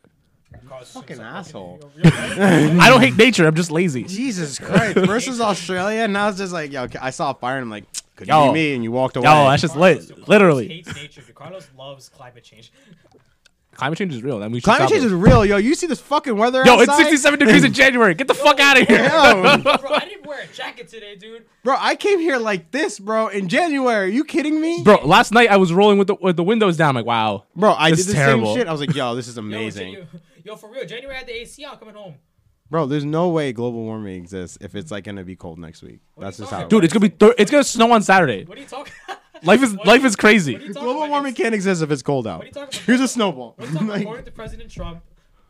C: Causes-
B: Fucking
C: like,
B: asshole.
C: you're- you're-
A: I don't hate nature. I'm just lazy.
B: Jesus Christ! Versus Australia, and now it's just like yo, I saw a fire, and I'm like, could
A: Yo.
B: be me, and you walked away.
A: Yo, that's just
C: Carlos-
A: lit. Literally,
C: Carlos hates nature. dude. Carlos loves climate change.
A: climate change is real. And we should
B: Climate
A: stop
B: change
A: it.
B: is real, yo. You see this fucking weather
A: Yo, it's
B: outside?
A: 67 degrees in January. Get the fuck out of here.
B: Yo,
C: Bro, I didn't wear a jacket today, dude.
B: bro, I came here like this, bro, in January. Are you kidding me?
A: Bro, last night I was rolling with the with the windows down. like, wow.
B: Bro, I
A: This
B: did
A: is
B: the
A: terrible.
B: same shit. I was like, yo, this is
C: Yo,
B: amazing.
C: Janu- Yo, for real, January I had the AC on coming home.
B: Bro, there's no way global warming exists if it's like gonna be cold next week.
C: are
B: That's
C: you
B: just
C: talking
B: how.
C: about?
A: Dude, it's gonna be th- it's gonna snow on Saturday.
C: What are you talking?
A: Life is
C: What
A: life
C: are you-
A: is crazy.
C: what are you talking
B: global
C: about?
B: warming
C: It's-
B: can't exist if it's cold out.
C: you talking about?
B: Here's a snowball.
C: What are you talking about?
B: Like,
C: According to President Trump,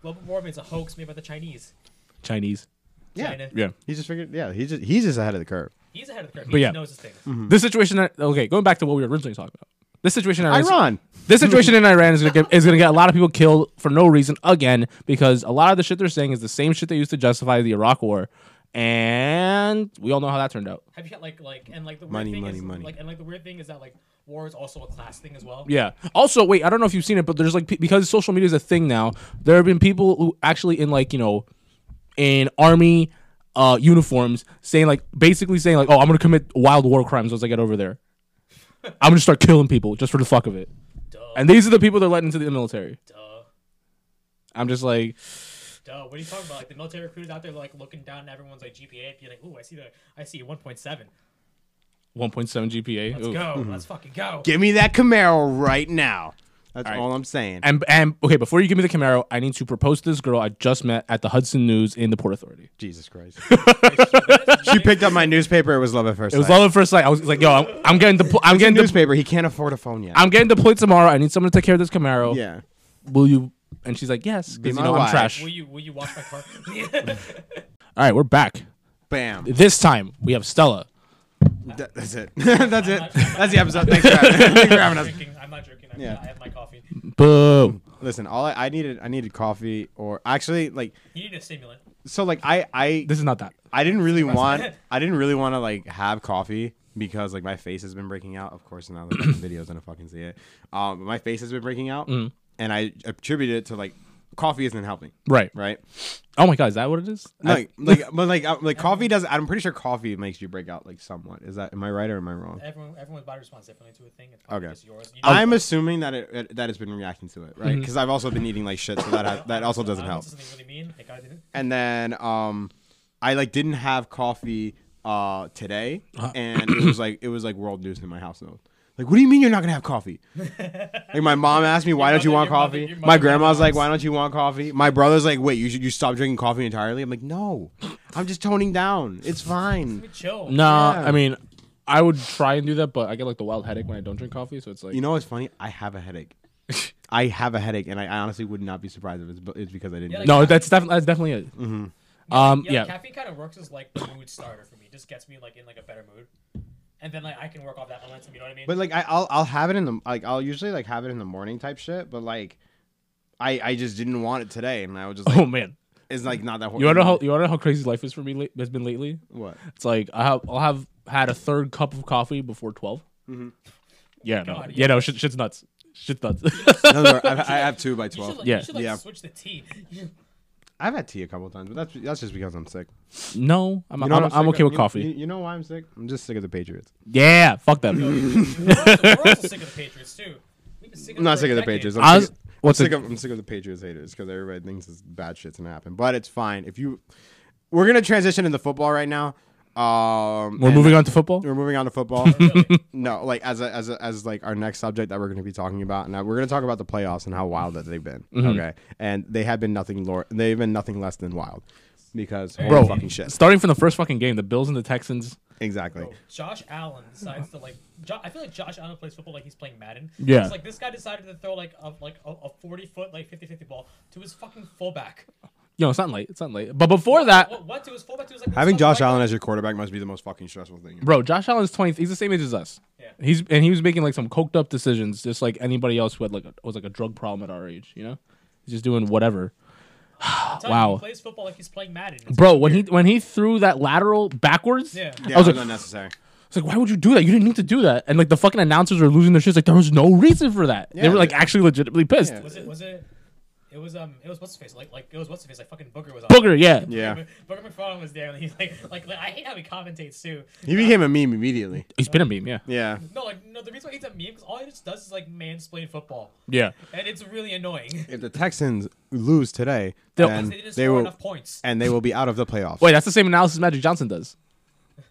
C: global warming is a hoax made by the Chinese.
A: Chinese.
B: yeah,
C: China.
A: Yeah.
B: he just figured. Yeah, he's just he's just ahead of the curve.
C: He's ahead of the curve. He
A: But
C: just
A: yeah.
C: knows his thing.
A: Hmm. This situation. that- Okay, going back to what we were originally talking about. This situation in Iran.
B: Iran.
A: This situation in Iran is gonna get, is gonna get a lot of people killed for no reason again because a lot of the shit they're saying is the same shit they used to justify the Iraq War, and we all know how that turned out.
C: Have you had like like and like the weird
B: Money,
C: thing
B: money,
C: is,
B: money.
C: like and like the weird thing is that like war is also a class thing as well.
A: Yeah. Also, wait, I don't know if you've seen it, but there's like pe- because social media is a thing now. There have been people who actually in like you know, in army uh uniforms saying like basically saying like, oh, I'm gonna commit wild war crimes once I get over there. I'm gonna start killing people just for the fuck of it.
C: Duh,
A: And these are the people they're letting into the military.
C: duh,
A: I'm just like,
C: duh. What are you talking about? Like the military recruiters out there like looking down at everyone's like GPA, being like, "Ooh, I see the I see 1.7. Let's
A: 1.7 GPA. Ooh.
C: go.
B: Mm-hmm.
C: Let's fucking go."
B: Give me that Camaro right now. That's
A: right.
B: all I'm saying.
A: And and okay, before you give me the Camaro, I need to propose to this girl I just met at the Hudson News in the Port Authority.
B: Jesus Christ.
C: she
B: she picked up my newspaper. It was love at first.
A: It was
B: sight.
A: love at first sight. I was like, yo, I'm, I'm getting depl- I'm getting depl-
B: newspaper. He can't afford a phone yet.
A: I'm getting deployed tomorrow. I need someone to take care of this Camaro.
B: yeah.
A: Will you? And she's like, yes,
B: Be
A: because you
B: my
A: know I'm
B: wife.
A: trash.
C: Will you will you wash my car?
A: All right, we're back.
B: Bam.
A: This time we have Stella.
B: That- that's it. that's it. That's the episode. Thanks for having, thanks for
C: I'm
B: having
C: not
B: us.
C: drinking. I'm not drinking. I'm
B: Yeah.
C: I have my coffee.
A: Boo.
B: Listen, all I, I needed, I needed coffee, or actually, like,
C: You need a stimulant.
B: so, like, I, I,
A: This is not that.
B: I didn't really want I didn't really want to like have coffee because like my face has been breaking out. Of course, now the fucking videos and I fucking see it. Um, my face has been breaking out, and I attribute it to like coffee isn't helping,
A: Right.
B: right?
A: Oh my god, is that what it is? I-
B: Like, like, but like, uh, like coffee does. I'm pretty sure coffee makes you break out like somewhat. Is that am I right or am I wrong?
C: Everyone, everyone's body responds differently to a thing. It's probably
B: Okay.
C: just yours. You
B: I'm assuming that it, it that has been reacting to it, right? Because I've also been eating like shit, so that ha- that also doesn't
C: I went
B: help.
C: to Something really mean. Like I didn't.
B: And then um, I like didn't have coffee uh today,
C: Uh-huh.
B: and it was like it was like world news in my house. And I was like, what do you mean you're not gonna have coffee? like my mom asked me, why don't you want
C: mother- your mother-
B: coffee?
C: your
B: my
C: mother
B: grandma's like,
C: knows.
B: why don't you want coffee? My brother's like, wait, you should you stop drinking coffee entirely? I'm like, no, I'm just toning down. It's fine.
C: Let me chill.
A: No,
B: Yeah.
A: I mean, I would try and do that, but I get like the wild headache when I don't drink coffee. So it's like,
B: You know what's funny? I have a headache. I have a headache, and I, I honestly would not be surprised if it's, bu- it's because I didn't.
C: Yeah,
B: drink
C: like-
A: no, that's definitely that's definitely it.
B: Mm-hmm.
A: Um,
C: Yeah,
A: yeah,
C: caffeine kind of works as like the mood starter for me. It just gets me like in like a better mood, and then like I can work off that momentum. You know what I mean?
B: But like I, I'll I'll have it in the like I'll usually like have it in the morning type shit. But like I I just didn't want it today, and I was just like,
A: Oh man,
B: it's like not that.
A: you wanna know how you wanna know how crazy life is for me late, has been lately?
B: what?
A: It's like I have I'll have had a third cup of coffee before 12
B: Mm-hmm.
A: Yeah, no,
C: God,
A: yeah,
C: yeah.
A: no, shit, shit's nuts. Shit's nuts.
B: No, no, I've, I have two by
C: you should,
B: twelve.
C: like,
A: yeah,
C: you should like
B: yeah.
C: switch the tea.
B: I've had tea a couple times, but that's that's just because I'm sick.
A: no, I'm
B: You know
A: I'm,
B: what
A: I'm
B: sick
A: okay
B: of?
A: with
B: You-
A: coffee.
B: You, you know why I'm sick? I'm just sick of the Patriots.
A: yeah, fuck that.
C: we're, also, we're also sick of the Patriots too. We've been sick of
B: I'm not
C: them
B: sick
C: for
B: of the
C: decades.
B: Patriots.
A: I
B: I'm
A: was-
B: sick, of-
A: what's
B: I'm
A: it-
B: sick of I'm sick of the Patriots haters because everybody thinks this bad shit's gonna happen. But it's fine. If you, we're gonna transition into football right now. Um,
A: We're
B: and-
A: moving on to football.
B: We're moving on to football.
C: Really?
B: No, like as a, as a, as like our next subject that we're going to be talking about, and we're going to talk about the playoffs and how wild that they've been.
A: Mm-hmm.
B: Okay, and they have been nothing lor- They've been nothing less than wild, because holy
A: Bro,
B: fucking shit.
A: starting from the first fucking game, the Bills and the Texans.
B: Exactly.
C: Bro, Josh Allen decides to like. Jo- I feel like Josh Allen plays football like he's playing Madden.
A: Yeah.
C: It's like this guy decided to throw like a like a, a forty foot like 50-50 ball to his fucking fullback.
A: Yo, it's not late. It's not late. But before that,
C: What, what to his fullback? To his, like,
B: Having
C: some
B: Josh
C: white guy-
B: Allen as your quarterback must be the most fucking stressful thing.
A: bro, Josh Allen's twenty. He's the same age as us.
C: Yeah.
A: He's and he was making like some coked up decisions, just like anybody else who had like a, was like a drug problem at our age. You know, he's just doing whatever.
C: I'm telling you,
A: Wow.
C: He plays football like he's playing Madden. It's
A: Bro, when he when he threw that lateral backwards,
C: Yeah.
A: I
B: Yeah,
A: was
B: it
A: like,
B: was unnecessary.
A: I was like, why would you do that? You didn't need to do that. And like the fucking announcers were losing their shit. Like there was no reason for that. they
B: Yeah,
A: were like
B: yeah.
A: actually legitimately pissed.
C: Was it? Was it? It was um. It was what's his face? Like like it was what's his face? Like fucking Booger was on.
A: Booger, yeah.
B: Yeah,
C: Booger McFarlane was there, and he's like, like, like I hate how he commentates too.
B: he became a meme immediately.
A: he's been a meme. Yeah,
B: Yeah,
C: No, like no. The reason why he's a meme because all he just does is like mansplain football,
A: yeah.
C: and it's really annoying.
B: if the Texans lose today,
A: They'll-
B: then
C: They didn't
B: they
C: score
B: will
C: enough points.
B: and they will be out of the playoffs.
A: Wait, that's the same analysis Magic Johnson does.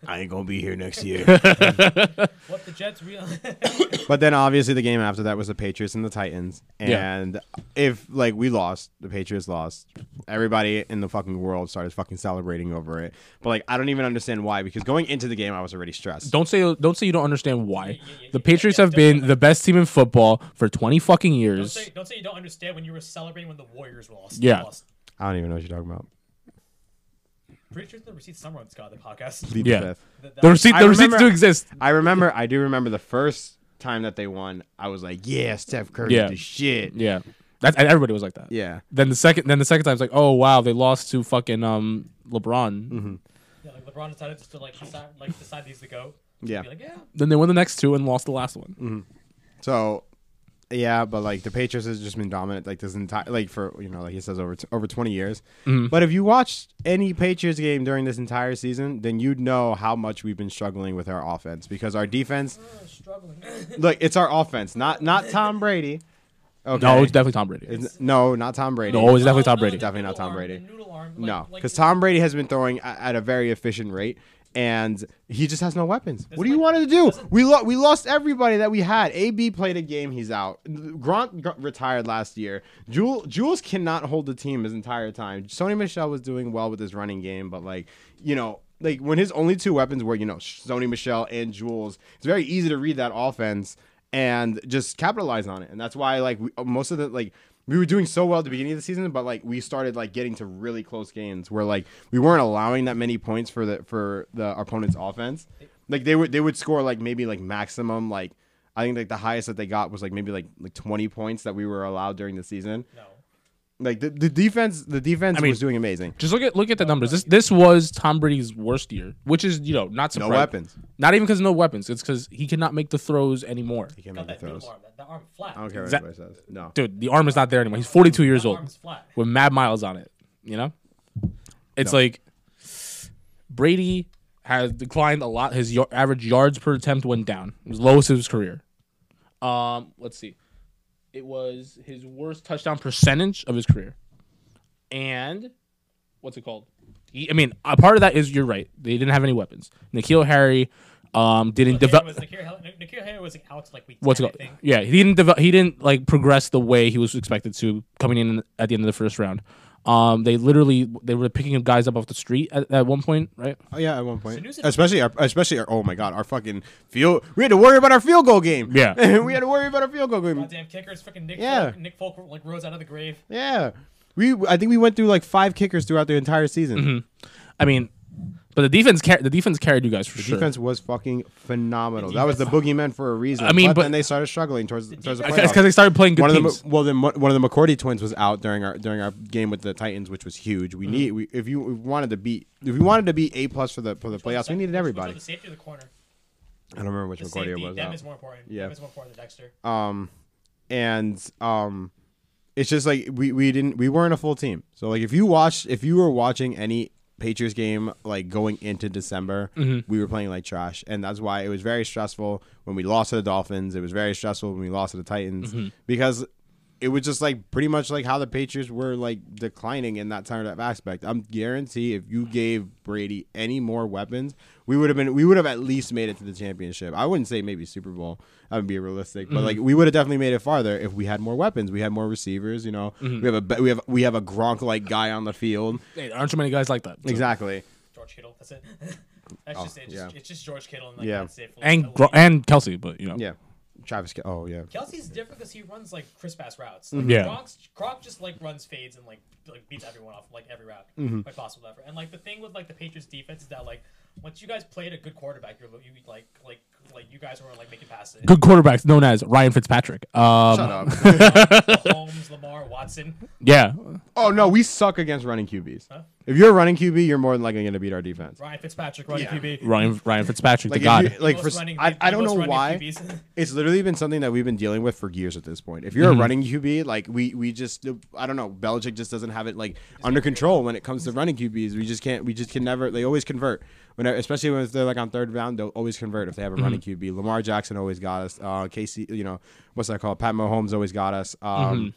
B: I ain't gonna be here next year.
C: What the Jets real?
B: But then obviously the game after that was the Patriots and the Titans. And if like we lost, the Patriots lost. Everybody in the fucking world started fucking celebrating over it. But like I don't even understand why because going into the game I was already stressed.
A: Don't say don't say you don't understand why.
C: yeah, yeah,
A: The
C: yeah,
A: Patriots
C: yeah,
A: have been
C: definitely.
A: the best team in football for twenty fucking
C: don't,
A: years.
C: say, don't say you don't understand when you were celebrating when the Warriors lost.
A: Yeah.
C: Lost.
B: I don't even know what you're talking about.
C: Pretty sure the receipt somewhere on Scott the podcast.
B: Plead the
A: Yeah.
B: fifth.
C: That- that
A: The
C: was-
A: receipt
B: I
A: the receipts
B: remember-
A: do exist.
B: I remember I do remember the first time that they won, I was like, Yeah, Steph Curry's
A: Yeah.
B: the shit.
A: Yeah. That's and everybody was like that.
B: Yeah.
A: Then the second then the second time it's like, oh wow, they lost to fucking um LeBron.
B: Mm-hmm.
C: yeah, like LeBron decided just to like decide, like decide these to go.
B: Yeah.
C: Be like, yeah.
A: Then they won the next two and lost the last one.
B: Mm-hmm. So yeah, but like the Patriots has just been dominant like this entire like for you know like he says over t- over 20 years.
A: Mm-hmm.
B: But if you watched any Patriots game during this entire season, then you'd know how much we've been struggling with our offense because our defense
C: Oh, struggling.
B: look, it's our offense, not not Tom Brady. Okay.
A: No, it's definitely Tom Brady.
B: It's- no, not Tom Brady.
A: No, it's definitely
C: No,
A: Tom
C: no,
A: Brady.
C: the
B: Definitely not
C: noodle
B: Tom
C: arm,
B: Brady.
C: the noodle arm, like-
B: No,
C: like-
B: because Tom Brady has been throwing a- at a very efficient rate, and he just has no weapons. What do you
C: like-
B: want him to do?
C: doesn't-
B: We lo- we lost everybody that we had. AB played a game. He's out. Grant got retired last year. Jules Jules cannot hold the team his entire time. Sony Michelle was doing well with his running game, but like you know. Like when his only two weapons were, you know, Sony Michelle and Jules, it's very easy to read that offense and just capitalize on it. And that's why, like, we, most of the like we were doing so well at the beginning of the season, but like we started like getting to really close games where like we weren't allowing that many points for the for the opponent's offense. Like they would they would score like maybe like maximum like I think like the highest that they got was like maybe like like twenty points that we were allowed during the season.
C: No.
B: Like the, the defense, the defense
A: mean,
B: was doing amazing.
A: Just look at look at the numbers. This this was Tom Brady's worst year, which is you know not
B: No
A: surprising.
B: weapons.
A: Not even because no weapons. It's because he cannot make the throws anymore.
B: He can't
C: Got
B: make the
C: that middle
B: throws.
C: arm, that, that arm flat.
B: I don't care what
A: Zach-
B: anybody says. No.
A: Dude, the arm is not there anymore. He's 42 years
C: That
A: old
C: arm's flat.
A: with mad miles on it. You know, it's like Brady has declined a lot. His y- average yards per attempt went down. It was lowest of his career. Um, let's see, it was his worst touchdown percentage of his career, and what's it called? He, I mean, a part of that is you're right. They didn't have any weapons. Nikhil Harry um, didn't
C: Nikhil
A: develop.
C: was Nikhil Harry- Nik- Nikhil Harry was like, out to like week
A: what's it
C: 10, I
A: called?
C: think.
A: Yeah, he didn't develop. He didn't like progress the way he was expected to coming in at the end of the first round. Um, they literally they were picking up guys up off the street at, at one point, right?
B: Oh yeah, at one point.
C: Sanusi-
B: Especially, our, especially our. Oh my God, our fucking field. We had to worry about our field goal game.
A: Yeah.
B: we had to worry about our field goal game.
C: Goddamn kickers, freaking Nick.
B: Yeah.
C: Folk, Nick Folk like rose out of the grave.
B: Yeah. We. I think we went through like five kickers throughout the entire season.
A: I mean, but the defense car- the defense carried you guys for sure.
B: Defense was fucking phenomenal. that was the boogeyman for a reason.
A: I mean,
B: but,
A: but-
B: then they started struggling towards, towards the
C: defense-
A: because they
B: playoffs.
A: started playing good
B: One of
A: teams.
B: the well, then one one of the McCourty twins was out during our during our game with the Titans, which was huge. We need we, if you wanted to beat if you wanted to be a plus for the for the playoffs, we needed
C: Which- which
B: everybody.
C: was The safety of the corner.
B: I don't remember which
C: The
B: McCourty it
C: safety.
B: was.
C: Them
B: out.
C: is more important.
B: Yeah.
C: Them is more important than Dexter.
B: um and um it's just like we we didn't we weren't a full team so like if you watched if you were watching any patriots game like going into december we were playing like trash and that's why it was very stressful when we lost to the dolphins it was very stressful when we lost to the titans because it was just like pretty much like how the patriots were like declining in that time of aspect i'm guarantee if you gave brady any more weapons we would have been we would have at least made it to the championship i wouldn't say maybe super bowl that would be realistic but
C: Mm-hmm.
B: like we would have definitely made it farther if we had more weapons we had more receivers you know
C: Mm-hmm.
B: we have a be- we have we have a gronk like guy on the field
A: Hey, there aren't too many guys like that.
B: exactly
C: George Kittle. That's it. That's just it. Just,
B: Oh, yeah.
C: It's just George Kittle and like
B: Yeah.
C: that safe.
A: And Gro- and Kelsey, but you know,
B: yeah travis Ke- oh yeah
C: Kelsey's different because he runs like crisp ass routes.
B: Mm-hmm.
C: Like,
A: Yeah.
C: Gronk's, Gronk just like runs fades and like, like beats everyone off like every route
B: Mm-hmm.
C: like possible ever. And like the thing with like the Patriots defense is that like once you guys played a good quarterback, you're you like like like you guys were like making passes.
A: good quarterbacks known as Ryan Fitzpatrick. Um,
B: shut up
C: Holmes, Lamar, Watson.
A: yeah,
B: oh no we suck against running qbs
C: Huh?
B: if you're a running qb you're more than likely going to beat our defense
C: Ryan Fitzpatrick running
B: Yeah.
C: QB.
A: Ryan Ryan Fitzpatrick,
B: like
A: the
B: if
A: god.
B: you- like
C: Most
B: for s-
C: running-
B: I, I don't
C: most
B: know
C: running
B: why
C: QBs.
B: it's literally been something that we've been dealing with for years at this point. If you're a running QB, like we we just I don't know, Belichick just doesn't have it like under control when it comes to running QBs. We just can't we just can never they always convert. When especially when they're like on third round, they'll always convert if they have a running QB. Lamar Jackson always got us. Uh Casey, you know, what's that called? Pat Mahomes always got us. Um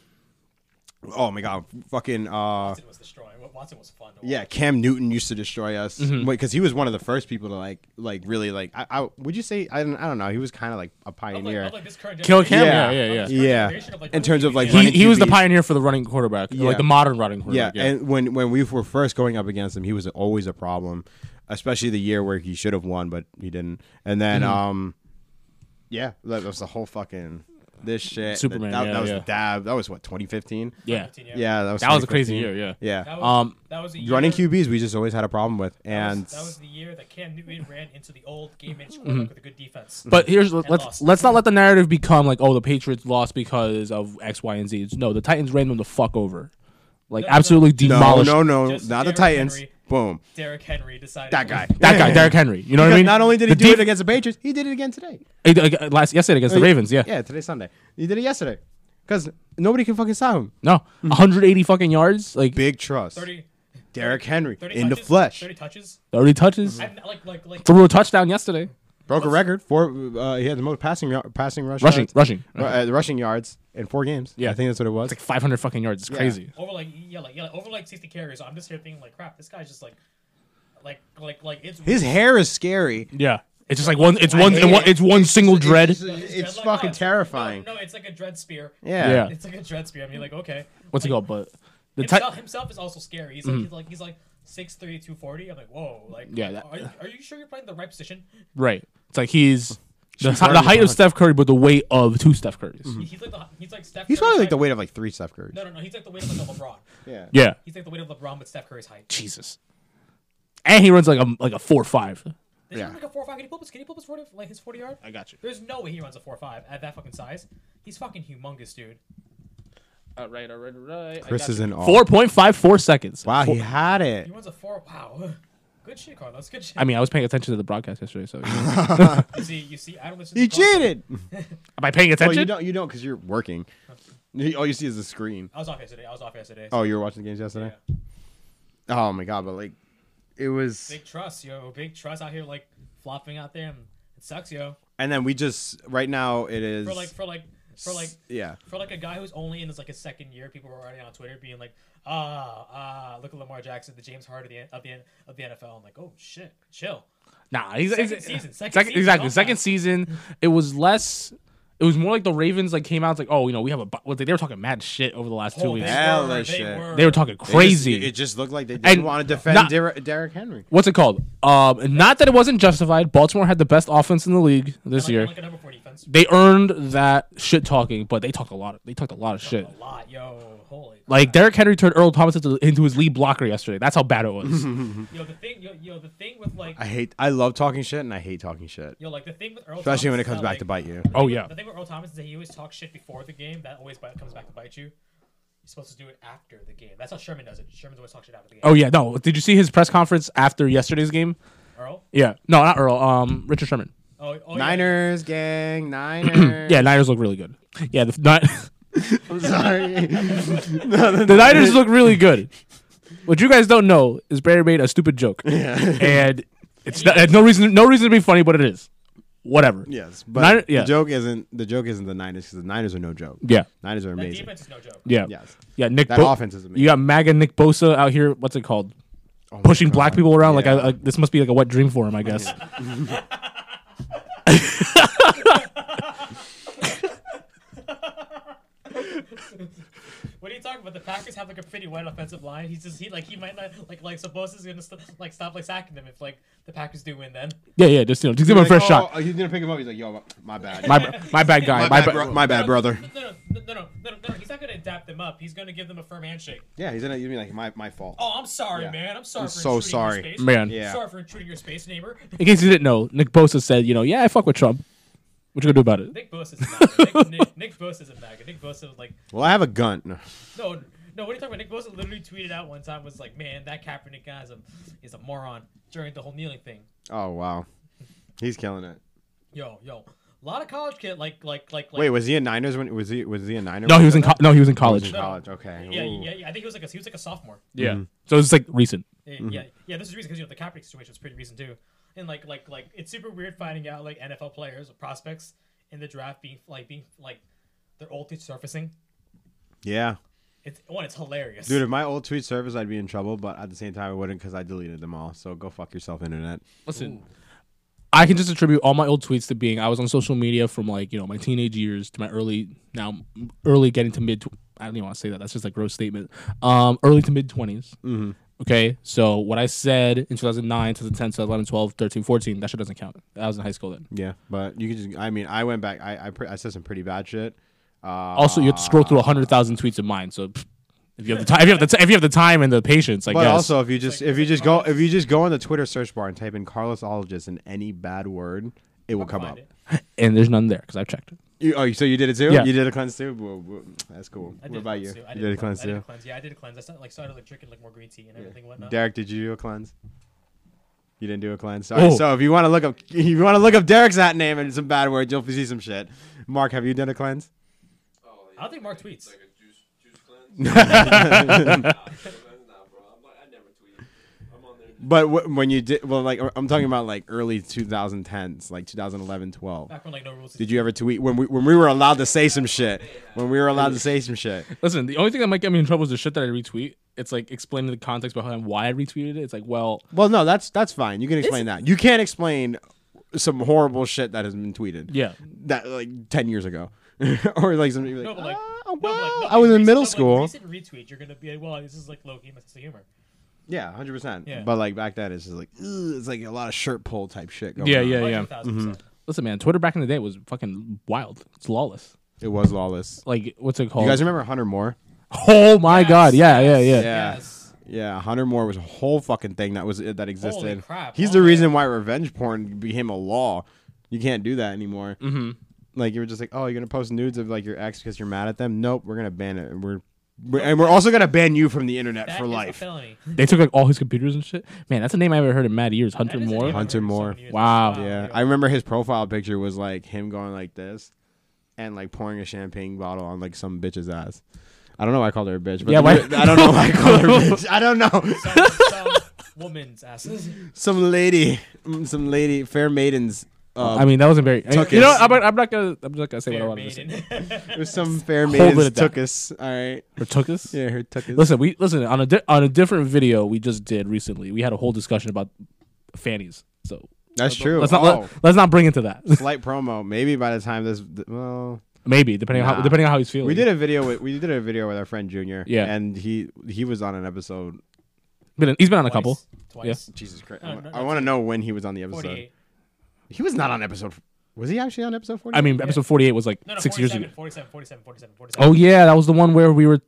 B: Oh my god, fucking uh
C: Watson was destroying. Watson was fun. to
B: yeah,
C: watch.
B: Cam Newton used to destroy us because he was one of the first people to like, like really like. I, I would you say I don't, I don't know. He was kind of like a
C: I'm like,
B: pioneer.
C: I'm like this current
A: Kill
C: generation-
A: Cam? Yeah,
C: I'm
A: yeah,
C: like
A: yeah.
C: this current
B: Yeah.
C: generation of, like,
B: In
C: running
B: terms of, like,
C: QBs.
A: he,
B: running
A: he was the
B: QBs.
A: pioneer for the running quarterback,
B: Yeah.
A: like the modern running
B: yeah,
A: quarterback. Yeah,
B: and when when we were first going up against him, he was always a problem, especially the year where he should have won but he didn't. And then,
A: Mm-hmm.
B: um, yeah, that was the whole fucking this shit.
A: Superman,
B: That,
A: yeah,
B: that was
A: yeah.
B: the dab. That was what 2015.
A: yeah.
C: Yeah.
B: Yeah, that was
A: That was a crazy
B: 2015.
A: year. Yeah,
B: Yeah,
C: That was,
A: Um,
C: that was a year,
B: running QBs we just always had a problem with,
C: That was-
B: and
C: that was the year that Cam Newton ran into the old game managed
B: Mm-hmm.
C: quarterback with a good defense.
A: But here's let's
C: lost.
A: let's not let the narrative become like oh the Patriots lost because of X Y and Z. It's- No, the Titans ran them the fuck over, like
C: No, no,
A: absolutely
B: no,
A: demolished
B: no, no,
C: Just
B: not the
C: Derrick
B: Titans.
C: Henry.
B: Boom,
C: Derrick Henry decided
B: that guy.
A: that guy Derrick Henry. You know what I mean?
B: Not only did he
A: The
B: do
A: def-
B: it against the Patriots, he did it again today.
A: he did it ag- last yesterday against the Ravens. Yeah,
B: Yeah, today's Sunday. He did it yesterday because nobody can fucking stop him.
A: no, 180 fucking yards, like
B: Big trust.
C: 30,
B: Derrick Henry
C: 30
B: in the
C: touches,
B: flesh.
C: 30 touches.
A: 30 touches,
B: Mm-hmm.
C: I'm like like like
A: threw a touchdown yesterday.
B: Broke a record. Four. Uh, he had the most passing ya- passing rush
A: Rushing,
B: yards,
A: rushing.
B: Ru- uh, the rushing yards in four games.
A: Yeah.
B: I think that's what it was.
A: It's like 500 fucking yards. It's crazy.
C: over like yeah like yeah like, over like 60 carries. I'm just here thinking like crap. This guy's just like like like like it's
B: His hair is scary.
A: Yeah, it's just like one. It's one.
B: hate
A: one
B: it.
A: it's one single dread.
B: It's,
C: His
B: it's
C: dreadlock-
B: fucking
C: no, it's-
B: terrifying.
C: No, no, it's like a dread spear.
B: Yeah.
A: Yeah.
C: It's like a dread spear. I mean like okay.
A: What's it called?
C: like,
A: But the Ti-
C: Himself, himself is also scary. He's like
B: Mm-hmm.
C: he's like he's like 6'3", 240. I'm like whoa like
A: Yeah, that-
C: are, you- are you sure you're playing the right position?
A: right. It's like he's the,
B: She's
A: the
B: already
A: height
B: behind.
A: of Steph Curry, but the weight of two Steph Currys.
B: Mm-hmm.
C: He- He's like the, he's like Steph.
B: Mm. He's
C: Curry's
B: probably like the
C: height.
B: weight of like three Steph Currys.
C: No no no. He's like the weight of like a LeBron.
B: Yeah.
A: Yeah.
C: He's like the weight of LeBron with Steph Curry's height.
A: Jesus. And he runs like a like a four five.
C: Is
B: Yeah.
C: he like a four or five? Can he pull up his, can he pull up his 40, like his 40 yard?
A: I got you.
C: There's no way he runs a four or five at that fucking size. He's fucking humongous, dude.
A: All right, all right, all right. I
B: Chris
A: got
B: is
A: you.
B: in awe.
A: 4.54 seconds.
B: Wow,
A: Four-
B: he had it.
C: He runs a four. Wow. Good shit, Carl. That's good shit.
A: I mean, I was paying attention to the broadcast yesterday, so
C: you see, you see, I don't listen.
B: He
C: to Carl.
B: cheated.
A: am I paying
B: Oh, you
A: attention?
B: don't. You don't because you're working. All you see is the screen.
C: I was off yesterday. I was off yesterday.
B: Oh, you were watching the games yesterday.
C: Yeah.
B: Oh my god, but like, it was.
C: Big trust, yo. Big trust out here, like flopping out there, and it sucks, yo.
B: And then we just right now it is.
C: For like, for like, for like,
B: yeah.
C: for like a guy who's only in his like his second year, people were already on Twitter being like, ah, ah, look at Lamar Jackson, the James Harden of the N- of the, of the NFL. I'm like, oh shit, chill.
A: Nah, he's,
C: Second
A: he's-
C: season, second
A: sec-
C: season,
A: exactly.
C: don't
A: Second
C: count.
A: season, it was less. It was more like the Ravens like came out it's like, oh, you know, we have a. bu- Well, they, they were talking mad shit over the last two
C: Oh,
A: weeks.
C: they
B: Hell
C: were,
B: that
C: they
B: shit.
C: were.
A: They were talking crazy.
B: It just, it just looked like they didn't
A: And
B: want to defend
A: not-
B: Der- Derrick Henry.
A: What's it called? Um, not that it wasn't justified. Baltimore had the best offense in the league this
C: like,
A: year.
C: like a number four defense.
A: they earned that shit talking, but they talked a lot. They talked a lot of shit.
C: A lot, yo. Holy.
A: Like Derrick Henry turned Earl Thomas into, into his lead blocker yesterday. That's how bad it was.
C: yo, the thing, yo, yo, the thing with like,
B: I hate. I love talking shit, and I hate talking shit,
C: yo, like the thing with Earl.
B: especially
C: Thomas
B: when it
C: is
B: comes
C: that,
B: back
C: like,
B: to bite you.
A: oh yeah.
C: The thing with Earl Thomas is that he always talks shit before the game. That always bite, comes back to bite you. You're supposed to do it after the game. That's how Sherman does it. Sherman's always talking shit after the game.
A: Oh yeah. No, did you see his press conference after yesterday's game?
C: Earl.
A: Yeah. No, not Earl. Um, Richard Sherman.
C: Oh, oh
B: Niners gang, Niners.
A: Yeah, Niners look really good. Yeah, the Niners.
B: I'm sorry.
A: the Niners look really good. What you guys don't know is Barry made a stupid joke, and it's not, no reason no reason to be funny, but it is. Whatever.
B: yes, but
A: Niner-
B: the
A: yeah.
B: joke isn't the joke isn't the Niners because the Niners are no joke.
A: Yeah.
B: Niners are
C: yeah,
B: amazing.
C: defense is no joke.
A: Yeah.
B: Yes.
A: Yeah. Nick.
B: That offense is amazing.
A: You got MAGA Nick Bosa out here. What's it called?
B: Oh my
A: Pushing
B: God.
A: black people around. Like,
B: Yeah.
A: I, like this must be like a wet dream for him, I guess.
C: What are you talking about? The Packers have like a pretty wide offensive line. He's just he like he might not like like suppose is gonna st- like stop like sacking them if like the Packers do win then.
A: yeah. Yeah. Just you know, just give him a
B: Like,
A: fresh
B: oh,
A: shot.
B: oh, he's gonna pick him up. He's like, yo, my bad.
A: My br- my bad guy.
B: my,
A: My,
B: bad,
A: bad.
B: bro- my bad, brother.
C: No no, no, no, no, no, no, no. He's not gonna adapt them up. He's gonna give them a firm handshake.
B: Yeah, he's gonna. You mean like my my fault?
C: Oh, I'm sorry,
B: Yeah.
C: man. I'm sorry.
B: I'm
C: for
B: so
C: intruding your
B: sorry.
C: space.
A: Man.
B: Yeah.
C: Sorry for intruding your space, neighbor.
A: In case you didn't know, Nick Bosa said, you know, yeah, I fuck with Trump. What you gonna do about it?
C: Nick Bosa isn't MAGA. Nick, Nick, Nick Bosa isn't MAGA. Nick Bosa was like,
B: Well, I have a gun. No.
C: no, no. What are you talking about? Nick Bosa literally tweeted out one time was like, man, that Kaepernick guy is a is a moron during the whole kneeling thing.
B: Oh wow, he's killing it.
C: Yo, yo, a lot of college kid like like like. like
B: Wait, was he a Niners when was he was he a Niner?
A: No,
B: when
A: he was in
B: said
A: co- no, he was in college.
B: that? college. Okay.
C: Yeah,
B: Ooh.
C: yeah, yeah. I think he was like a, he was like a sophomore.
A: Yeah. So it's like recent.
C: Yeah,
B: Mm-hmm.
C: yeah, yeah. This is reason because you know the Kaepernick situation was pretty recent too, and like like like it's super weird finding out like NFL players or prospects in the draft being like being like their old tweets surfacing.
B: Yeah.
C: It's one, it's hilarious.
B: Dude, if my old tweet service, I'd be in trouble, but at the same time, I wouldn't because I deleted them all. So go fuck yourself, internet.
A: Listen, I can just attribute all my old tweets to being I was on social media from like you know my teenage years to my early now early getting to mid. tw- I don't even want to say that. That's just a gross statement. Um, early to mid 20s Okay, so what I said in 2009, 2010, 2011, 12, 13, 14, that shit doesn't count. I was in high school then.
B: Yeah, but you could just. I mean, I went back. I I, pre- I said some pretty bad shit. Uh,
A: Also, you have to scroll through 100,000 tweets of mine. So pff, if you have the time, if you have the, ti- if you have the time and the patience, I
B: But
A: guess.
B: also, if you just
C: like-
B: if you just go if you just go on the Twitter search bar and type in Carlosologist and any bad word, it will come
C: Find
B: up.
C: it.
A: and there's none there because I've checked it.
B: You, oh, so you did it too?
A: Yeah.
B: You did a cleanse too? Whoa, whoa. That's cool.
C: I
B: What about
C: cleanse
B: you?
C: too. I
B: You did a cleanse
C: cleanse, I did
B: too?
C: a cleanse. Yeah, I did a cleanse. I started, like started like drinking like more green tea and everything whatnot.
B: Derek, did you do a cleanse? You didn't do a cleanse. Sorry.
A: Oh.
B: So if you want to look up, if you want to look up Derek's at name and some bad words, you'll see some shit. Mark, have you done a cleanse?
D: Oh, yeah.
C: I don't think Mark tweets.
D: Like a juice, juice cleanse. nah, nah, bro. I'm like, I never tweet. I'm on there.
B: But w- when you did, well, like I'm talking about like early 2010s, like 2011, 12.
C: Back when like no rules.
B: Did you ever tweet when we when we were allowed to say some shit? When we were allowed to say some shit?
A: Listen, the only thing that might get me in trouble is the shit that I retweet. It's like explaining the context behind why I retweeted it. It's like, well,
B: Well, no, that's that's fine. You can explain that. You can't explain some horrible shit that has been tweeted.
A: yeah.
B: That like 10 years ago, or like something like.
C: No, but like,
B: "Ah,
C: no, but, like,
B: well,
C: no,
B: I was in
C: recent-
B: middle
C: no, but,
B: school.
C: Like, recent retweet, you're gonna be like, well, this is like low key sense of humor.
B: Yeah, hundred percent.
C: Yeah.
B: But like back then, it's just like "Ugh," it's like a lot of shirt pull type shit. Going
A: Yeah,
B: on.
A: yeah, yeah.
C: 100,000%.
B: Mm-hmm.
A: Listen, man, Twitter back in the day was fucking wild. It's lawless.
B: It was lawless.
A: Like, what's it called?
B: You guys remember Hunter Moore?
A: oh my
C: Yes,
A: god, yeah, yeah, yeah.
B: Yeah.
C: Yes.
B: Yeah, Hunter Moore was a whole fucking thing that was uh, that existed.
C: Holy crap,
B: He's
C: oh,
B: the
C: yeah.
B: reason why revenge porn became a law. You can't do that anymore. Mm-hmm. Like you were just like, oh, you're gonna post nudes of like your ex because you're mad at them. Nope, we're gonna ban it. And we're, we're and we're also gonna ban you from the internet
C: That
B: for
C: is a
B: life.
C: felony.
A: They took like all his computers and shit. Man, that's a name I haven't heard in mad years. Hunter
C: That is a
A: Moore.
C: name I've
B: Hunter
C: heard so
B: Moore.
C: many years ago.
A: Wow.
B: Yeah,
C: you're
B: I remember his profile picture was like him going like this, and like pouring a champagne bottle on like some bitch's ass. I don't know why I called her a bitch, but
A: Yeah, why-
B: I don't know why I called her a bitch. I don't know.
C: some, some woman's asses.
B: Some lady, mm, some lady, fair maidens. Uh,
A: I mean, that wasn't very.
B: Tuck
A: you know,
B: is-
A: what? I'm, not- I'm not gonna. I'm not gonna say what I
C: Fair
A: wanted to say.
C: maiden.
B: it was some fair
A: Hold
B: maidens
A: it at that.
B: took us. All right,
A: Or took us.
B: yeah, her took us.
A: Listen, we listen on a di- on a different video we just did recently. We had a whole discussion about fannies. So
B: that's true.
A: let's not
B: oh,
A: let, let's not bring into that.
B: slight promo. Maybe by the time this, well,
A: Maybe depending on how
B: Nah.
A: depending on how he's feeling.
B: we did a video with we did a video with our friend Junior.
A: Yeah.
B: and he he was on an episode.
A: Been in- he's been on a couple.
C: Twice.
A: Yeah.
B: Jesus Christ!
C: No, no,
B: I want to know when he was on the episode.
C: Forty-eight.
B: He was not on episode. Was he actually on episode forty?
A: I mean, episode 48 was like
C: No, no,
A: six
C: 47,
A: years ago.
C: 47, 47, 47, 47.
A: Oh yeah, that was the one where we were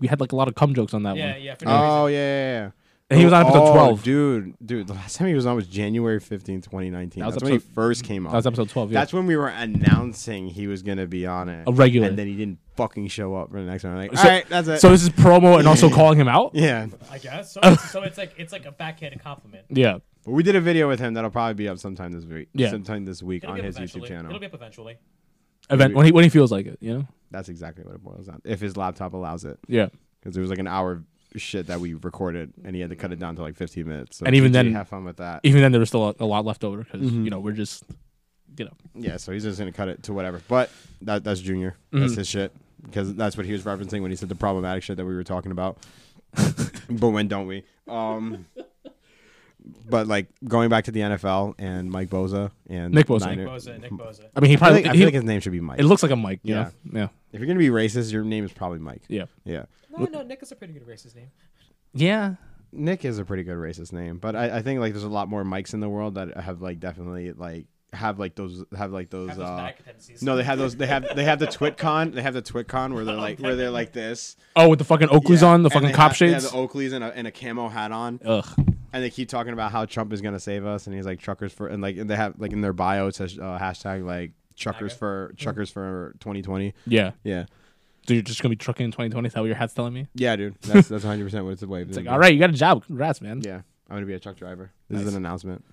A: we had like a lot of cum jokes on that
C: yeah,
A: one.
C: yeah. For no
B: oh
C: reason.
B: yeah, yeah, yeah.
A: And he was on episode
B: Oh,
A: 12.
B: dude. Dude, the last time he was on was January fifteenth, twenty nineteen.
A: That was
B: That's when he
A: episode-
B: first came on.
A: That was episode 12. Yeah.
B: That's when we were announcing he was gonna be on it.
A: A regular.
B: And then he didn't fucking show up for the next one. I'm like,
A: So-
B: all right, that's it.
A: so this is promo and also calling him out.
B: yeah,
C: I guess. So, it's- so it's like it's like a backhanded compliment.
A: Yeah.
B: but we did a video with him that'll probably be up sometime this week.
A: Yeah.
B: sometime this week
C: It'll
B: on
C: be up
B: his
C: eventually.
B: YouTube channel.
C: It'll be up eventually.
A: Event when he when he feels like it, you know.
B: That's exactly what it boils down. If his laptop allows it,
A: Yeah.
B: because there was like an hour of shit that we recorded, and he had to cut it down to like fifteen minutes. So
A: And even
B: GG,
A: then-
B: have fun with that.
A: Even then, there was still a, a lot left over because
B: Mm-hmm.
A: you know we're just, you know,
B: Yeah, so he's just gonna cut it to whatever. But that, that's Junior.
A: Mm-hmm.
B: That's his shit because that's what he was referencing when he said the problematic shit that we were talking about. but when don't we? Um, but like going back to the NFL and Mike Boza and
A: Nick Bosa.
B: Niner-
C: Nick Boza, Nick Boza.
A: I mean he
B: I
A: probably
B: think, I
A: he-
B: feel like his name should be Mike.
A: it looks like a mic. You
B: Yeah.
A: Know?
B: if you're gonna be racist, your name is probably Mike.
A: Yeah.
B: Yeah.
C: No, no, Nick is a pretty good racist name.
A: Yeah.
B: Nick is a pretty good racist name, but I, I think like there's a lot more Mikes in the world that have like definitely like have like those have like those,
C: Have those
B: uh,
C: bad tendencies.
B: No, they have those. They have they have the TwitCon. They have the TwitCon where they're like where they're like this.
A: Oh, with the fucking Oakleys
B: Yeah.
A: on, the
B: And
A: fucking
B: they
A: cop
B: have- they have
A: shades.
B: the Oakleys and a, and a camo hat on,
A: Ugh.
B: and they keep talking about how Trump is gonna save us, and he's like truckers for and like and they have like in their bio it says uh, hashtag like truckers
C: Okay.
B: for truckers for 2020.
A: Yeah.
B: Yeah,
A: So you're just gonna be trucking in 2020? Is that what your hat's telling me?
B: yeah, dude. That's that's 100 percent what it's about.
A: It's like, all right, you got a job. Congrats, man.
B: Yeah, I'm gonna be a truck driver. This is
A: Nice.
B: an announcement.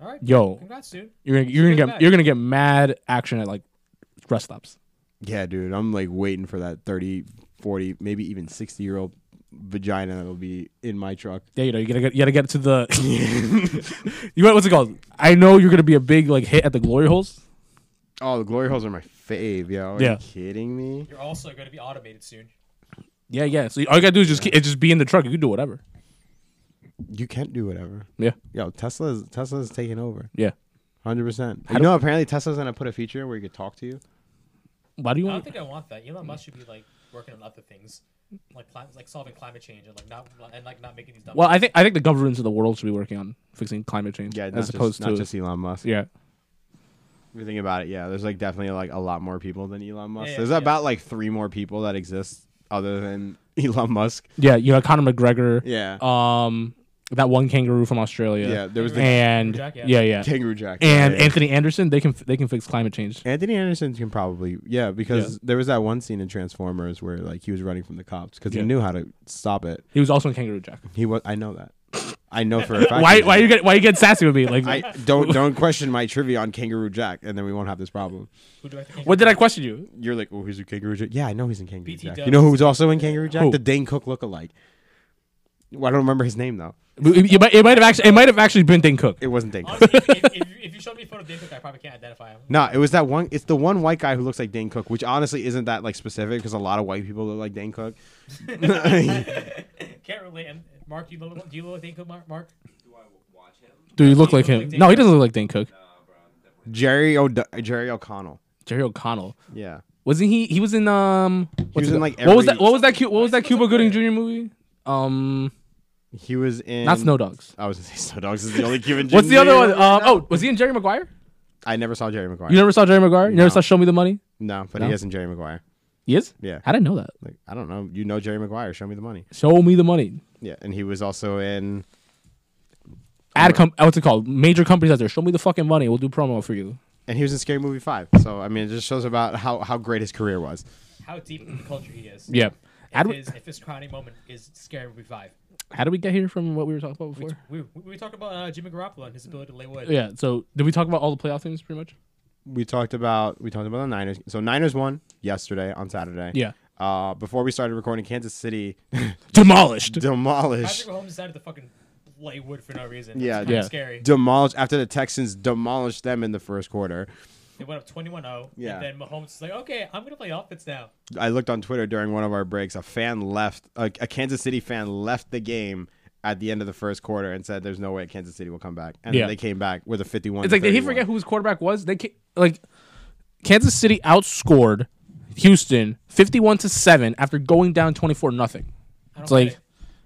C: All right.
A: Yo.
C: Congrats, dude.
A: You're gonna you're
C: Shoot
A: gonna
C: it
A: get
C: back.
A: you're gonna get mad action at like rest stops.
B: Yeah, dude. I'm like waiting for that 30, 40, maybe even 60 year old vagina that'll be in my truck.
A: Yeah, you know you gotta get you gotta get to the. you know, what's it called? I know you're gonna be a big like hit at the glory holes.
B: Oh, the glory holes are my fave, yo. Are
A: Yeah.
B: you kidding me?
C: You're also going to be automated soon.
A: Yeah, yeah. So all you gotta do is just ke- just be in the truck. You can do whatever.
B: You can't do whatever.
A: Yeah,
B: Yo, Tesla's Tesla's taking over.
A: yeah.
B: Hundred percent. You know, apparently Tesla's gonna put a feature where you could talk to you.
A: Why do you
C: I don't
A: want?
C: think I want that. Elon Musk should be like working on other things, like cli- like solving climate change and like not and like not making these dumb.
A: Well, I think I think the governments of the world should be working on fixing climate change.
B: Yeah,
A: as opposed
B: just,
A: to
B: not just Elon Musk.
A: yeah,
B: If you think about it, yeah, there's like definitely like a lot more people than Elon Musk.
C: yeah,
B: there's
C: yeah.
B: about like three more people that exist other than Elon Musk.
A: yeah. You know, Conor McGregor.
B: Yeah.
A: Um, that one kangaroo from Australia.
B: yeah. There was the
A: and
C: Jack, yeah.
A: yeah, yeah,
B: kangaroo jack.
A: and
B: Yeah, yeah.
A: Anthony Anderson. They can they can fix climate change.
B: Anthony Anderson can probably yeah because
A: Yeah.
B: there was that one scene in Transformers where like he was running from the cops because
A: Yeah.
B: he knew how to stop it.
A: He was also in Kangaroo Jack.
B: He was I know that. I know for a fact.
A: Why
B: he
A: why
B: did.
A: you get why you get sassy with me? Like
B: I don't don't question my trivia on Kangaroo Jack, and then we won't have this problem.
C: Who do I think?
A: what did I question you?
B: You're like, oh, he's in Kangaroo Jack. Yeah, I know he's in Kangaroo
C: BT
B: Jack.
C: Dubs.
B: You know who's also in Kangaroo Jack?
A: Who?
B: The Dane Cook lookalike. Well, I don't remember his name though.
A: It, it might, it might have actually it might have actually been Dane Cook.
B: It wasn't Dane Cook.
C: Honestly, if, if, if, you- if you showed me a photo of Dave Cook, I probably can't identify him.
B: No, it was that one. It's the one white guy who looks like Dane Cook, which honestly isn't that like specific because a lot of white people look like Dane Cook.
C: Can't relate. And Mark, do you look, do you look like Dane Cook, Mark? Mark?
D: Do I watch him?
A: Do you look like
C: look
A: him?
C: like Dane
A: No, he
C: Cook.
A: doesn't look like Dane Cook.
D: Nah, bro. I'm definitely
B: Jerry O. Jerry O'Connell.
A: Jerry O'Connell.
B: Yeah.
A: Wasn't he? He was in um. what's
B: was
A: it called?
B: in, like,
A: what was
B: every-
A: that? What was that? Cu- What was that
C: Why is he
A: Cuba
C: so
A: Gooding
C: quiet?
A: Jr. movie? Um,
B: He was in.
A: not Snow Dogs.
B: I was gonna say Snow Dogs is the only Cuban.
A: What's the
B: Jim
A: other
B: Jam.
A: one? Um, oh, was he in Jerry Maguire?
B: I never saw Jerry Maguire.
A: You never saw Jerry Maguire? You
B: No.
A: never saw Show Me the Money?
B: no, but
A: No?
B: he isn't Jerry Maguire.
A: He is.
B: Yeah.
A: How did I know that?
B: Like I don't know. You know Jerry Maguire. Show me the money.
A: Show Me the Money.
B: Yeah, and he was also in.
A: Ad com- what's it called? Major companies out there. Show me the fucking money. We'll do promo for you.
B: and he was in Scary Movie Five. So I mean, it just shows about how how great his career was.
C: How deep in the culture he is.
A: Yeah. How
C: If
A: do, we,
C: his, if his crowning moment is Scary Movie 5.
A: how do we get here from what we were talking about
C: We,
A: before?
C: we, we talked about uh, Jimmy Garoppolo and his ability to lay wood.
A: Yeah. So did we talk about all the playoff things pretty much?
B: We talked about we talked about the Niners. So Niners won yesterday on Saturday.
A: Yeah.
B: Uh, before we started recording, Kansas City
A: Demolished.
B: demolished
C: Patrick Mahomes decided to fucking lay wood for no reason.
B: Yeah,
C: It's kinda
A: yeah.
C: scary.
B: demolished after the Texans demolished them in the first quarter.
C: They went up 21 0.
B: Yeah.
C: And then Mahomes is like, okay, I'm going to play offense now.
B: I looked on Twitter during one of our breaks. A fan left, a, a Kansas City fan left the game at the end of the first quarter and said, "There's no way Kansas City will come back." And
A: Yeah.
B: then they came back with a 51.
A: It's like did he forget who his quarterback was? They ca- like Kansas City outscored Houston fifty-one to seven after going down twenty-four nothing.
C: I don't
A: It's
C: get
A: like-
C: it.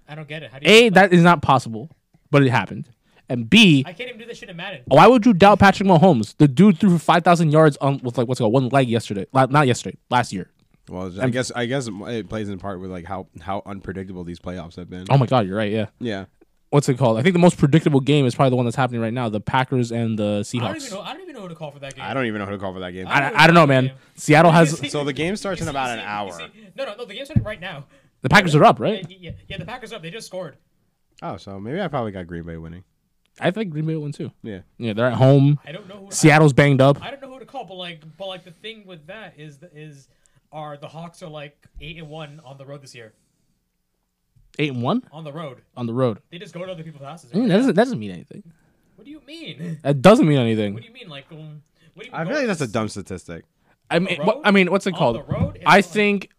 C: I don't get it. How do you
A: A, that is not possible, but it happened. And B,
C: I can't even do this shit in Madden.
A: why would you doubt Patrick Mahomes? The dude threw for five thousand yards on with like what's it called one leg yesterday, La- not yesterday, last year.
B: Well, I guess I guess it plays in part with like how how unpredictable these playoffs have been.
A: Oh my god, you're right. Yeah,
B: Yeah,
A: what's it called? I think the most predictable game is probably the one that's happening right now: the Packers and the Seahawks.
C: I don't even know. I don't even know who to call for that game.
B: I don't even know who to call for that game.
A: I, I don't know, man. Seattle has
B: So the game starts
C: You
B: in
C: see-
B: about
C: you
B: an
C: see- you
B: hour.
C: see- no, no, no. The game started right now.
A: the Packers are up,
C: Yeah,
A: right?
C: yeah, yeah, the Packers up. They just scored.
B: oh, so maybe I probably got Green Bay winning.
A: I think Green Bay will win too.
B: Yeah,
A: Yeah, they're at home.
C: I don't know who.
A: Seattle's banged up.
C: I, I don't know who to call, but like, but like the thing with that is is are the Hawks are like eight and one on the road this year.
A: Eight and one
C: On the road,
A: on the road.
C: they just go to other people's houses.
A: I mean, that doesn't that doesn't mean anything.
C: What do you mean?
A: That doesn't mean
C: What
A: anything.
C: do you mean? Like, um, what do you?
B: I
C: go
B: feel like that's a
C: to-
B: dumb statistic.
A: I mean,
C: road?
A: what, I mean, what's it
C: On
A: called?
C: the road? It's
A: I
C: like-
A: think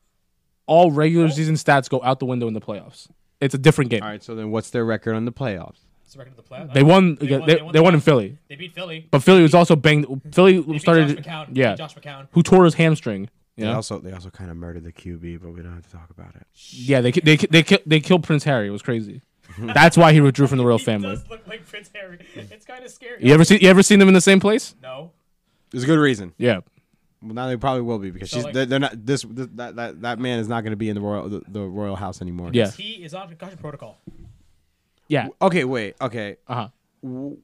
A: all regular season stats go out the window in the playoffs. It's a different game.
B: All right, so then what's their record on the playoffs?
C: It's the record of the playoff.
A: They won.
C: They
A: They
C: won-
A: they,
C: they won
A: they
C: the
A: won in
C: playoffs.
A: Philly,
C: They beat Philly.
A: but Philly was also banged. Philly
C: They beat
A: started.
C: Josh McCown. They beat
A: Yeah,
C: Josh McCown.
A: who tore his hamstring? You
B: They
A: know?
B: also they also kind of murdered the QB, but we don't have to talk about it.
A: Yeah, they ki- they ki- they killed they killed Prince Harry. It was crazy. That's why he withdrew from the royal
C: He
A: family.
C: does look like Prince Harry. It's kind of scary.
A: You ever see you ever seen them in the same place?
C: No.
B: There's a good reason.
A: Yeah.
B: Well, now they probably will be because
C: So,
B: she's
C: like-
B: they're, they're not this, th that that that man is not going to be in the royal the, the royal house anymore.
A: Yeah.
C: He is on concussion protocol.
A: Yeah.
B: Okay, wait. Okay.
A: Uh huh.
B: W-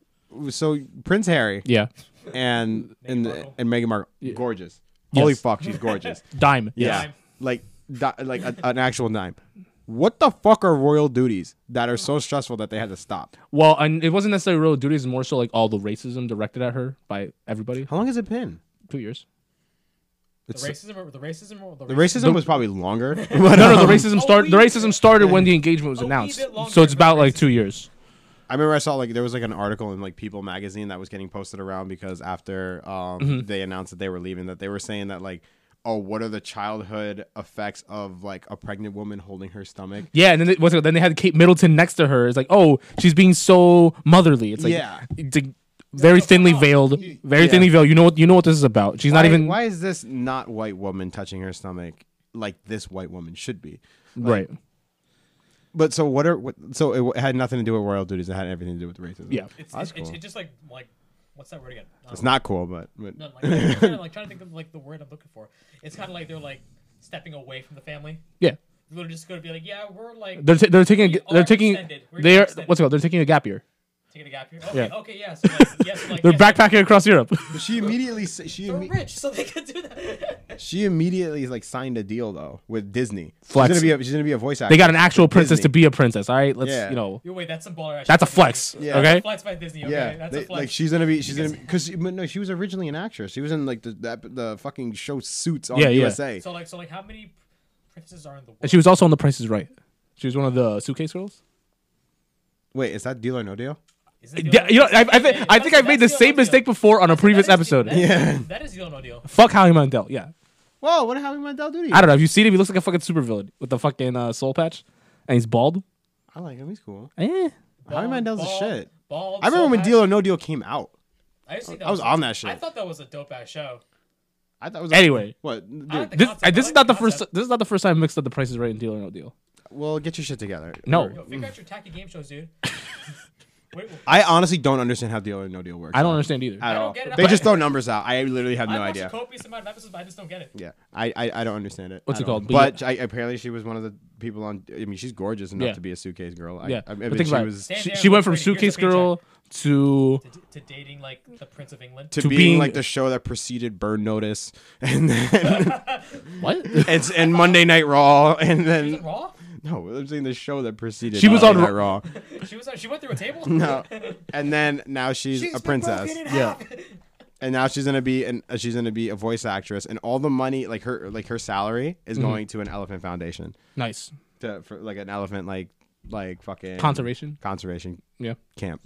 B: So Prince Harry
A: Yeah.
B: and and
C: Markle.
B: and Meghan Markle, gorgeous. Holy
A: Yes.
B: fuck, she's gorgeous.
A: Dime.
B: yeah.
C: Dime.
B: Like di- like a, an actual dime. What the fuck are royal duties that are so stressful that they had to stop?
A: Well, and it wasn't necessarily royal duties, more so like all the racism directed at her by everybody.
B: How long has it been?
A: Two years.
C: The
B: It's
C: racism, or, the racism, or the
B: the
C: racism.
B: racism was probably longer.
A: No,
B: um,
A: no, the racism
C: a
A: started. The
C: wee
A: racism started when the engagement was
C: a wee
A: announced.
C: bit longer,
A: So it's
C: but
A: about like
C: racism-
A: two years.
B: I remember I saw like there was like an article in like People magazine that was getting posted around because after um,
A: Mm-hmm.
B: they announced that they were leaving, that they were saying that like, oh, what are the childhood effects of like a pregnant woman holding her stomach?
A: Yeah, and then it was then they had Kate Middleton next to her. It's like, oh, she's being so motherly. It's like,
B: Yeah.
A: it's like very thinly veiled, very
B: Yeah.
A: thinly veiled. You know what? You know what this is about. She's not
B: Why-
A: even
B: Why is this not white woman touching her stomach like this white woman should be?
A: right.
B: But so what are what? So it, w- had nothing to do with royal duties. It had everything to do with racism.
A: Yeah.
C: It's,
B: that's
C: it's,
B: cool.
C: it's, it's just like like what's that word again? Um,
B: it's not cool, but, but
C: no, like, I'm trying to, like trying to think of like the word I'm looking for. It's kind of like they're like stepping away from the family.
A: Yeah,
C: They're just gonna be like, yeah, we're like
A: they're ta- they're taking
C: We
A: a, they're
C: are
A: taking
C: extended. We're
A: they are
C: extended.
A: what's it called? They're taking a gap year.
C: taking a gap here. Okay,
A: Yeah.
C: okay, yeah. So like, yeah, so like
A: They're
C: yeah,
A: backpacking across Europe.
B: she immediately s- she
C: They're
B: imme-
C: rich, so they can do that.
B: she immediately like signed a deal though with Disney.
A: Flex.
B: She's gonna be a, she's gonna be a voice actor.
A: they got an actual princess to
B: Disney.
A: be a princess. All right, let's
B: Yeah.
A: you know
C: Yo, wait, that's some baller. ass
A: that's a
C: shit.
A: flex.
B: Yeah.
A: Okay,
C: Flex by Disney. Okay,
B: Yeah,
C: that's
B: they-
C: a flex.
B: like she's gonna be, she's gonna, because no, she was originally an actress. She was in like the that, the fucking show Suits on
A: Yeah, yeah.
B: USA.
C: so like so like how many princesses are in the world?
A: and she was also on The Price Is Right. She was one of the suitcase girls.
B: Wait, is that Deal or No Deal?
C: Isn't it the
A: Yeah,
C: other-
A: you know, I, I,
C: Yeah,
A: think
C: yeah,
A: I think
C: that's-
A: I made the
C: that's
A: same
C: other deal.
A: mistake before on a previous
C: That is-
A: episode.
C: that is-
B: Yeah.
C: that is the no deal.
A: Fuck Howie Mandel. Yeah,
B: Whoa, what happened with Del Duty?
A: I don't know. Have you seen him? He looks like a fucking supervillain with the fucking uh, soul patch, and he's bald.
B: I like him. He's cool.
A: Eh.
B: Howie Mandel's a
C: bald,
B: shit.
C: Bald,
B: I remember when
C: soul-patch.
B: Deal or No Deal came out.
C: I, used to think
B: I was on that shit.
C: I thought that was a dope ass show.
B: I thought it was
A: Anyway.
B: What?
C: I like
B: Dude,
C: the
A: This,
C: concept.
A: uh, this
C: I
A: is
C: like
A: not the
C: concept.
A: first. This is not the first time I mixed up the prices right and deal or no deal.
B: well, get your shit together.
A: No,
C: Yo, figure out your tacky game shows, dude. Wait, wait,
B: I honestly don't understand how Deal or No Deal works.
A: I don't understand either.
B: at
C: don't
B: all.
C: get it.
B: They
C: I-
B: just throw numbers out. I literally have
C: I
B: no
C: watched
B: idea.
C: a copious amount of episodes, but I just don't get it.
B: Yeah, I, I I don't understand it.
A: What's
B: I
A: it
B: don't-
A: called?
B: But I, apparently she was one of the people on. I mean, she's gorgeous enough
A: Yeah.
B: to be a suitcase girl. I,
A: yeah,
B: I, I
A: but
B: mean,
A: think
B: she
A: about it.
B: was.
A: She,
C: Damn,
A: she went
C: Brady,
A: from
C: here's a
A: suitcase girl to
C: to, to dating like the Prince of England.
B: to,
A: To
B: being,
A: being-
B: like the show that preceded Burn Notice, and then
A: what?
B: it's and Monday Night Raw, and
C: Is it
B: then
C: Raw?
B: no, I'm saying the show that preceded.
A: She was
B: Monday
A: on
B: Night Raw,
C: She was. uh, She went through a table.
B: no, and then now she's,
C: She's
B: a
C: been
B: princess,
C: broken in
A: Yeah.
B: and now she's gonna be an uh, she's gonna be a voice actress, and all the money like her like her salary is
A: Mm-hmm.
B: going to an elephant foundation,
A: Nice
B: to for like an elephant like like fucking
A: conservation.
B: conservation
A: Yeah,
B: camp.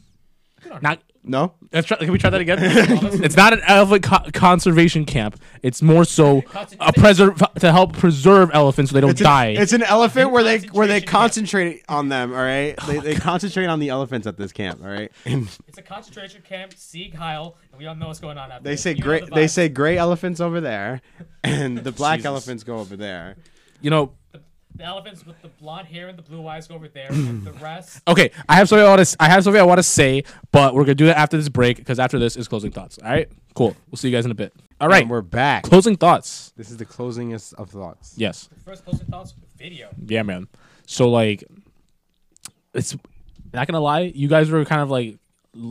A: not.
B: No,
A: Let's try, can we try that again? it's not an elephant co- conservation camp. It's more so a preserve to help preserve elephants so they don't
B: It's an-
A: die.
B: It's an elephant where they where they
C: Concentration camp.
B: concentrate on them. All right, they, they concentrate on the elephants at this camp. All right, and
C: It's a concentration camp. Sieg Heil, and we all know what's going on. After
B: they
C: this.
B: say
C: You know
B: gray
C: the
B: they
C: vibes.
B: say gray elephants over there, and the black
A: Jesus.
B: elephants go over there.
A: you know.
C: the, the elephants with the blonde hair and the blue eyes go over there, and the rest.
A: Okay, I have something I want to. I have something I want to say, but we're gonna do that after this break because after this is closing thoughts. All right, cool. We'll see you guys in a bit. All right,
B: And we're back.
A: closing thoughts.
B: This is the closingest of thoughts.
A: Yes.
C: First closing thoughts. Video.
A: Yeah, man. So like, it's not gonna lie. You guys were kind of like,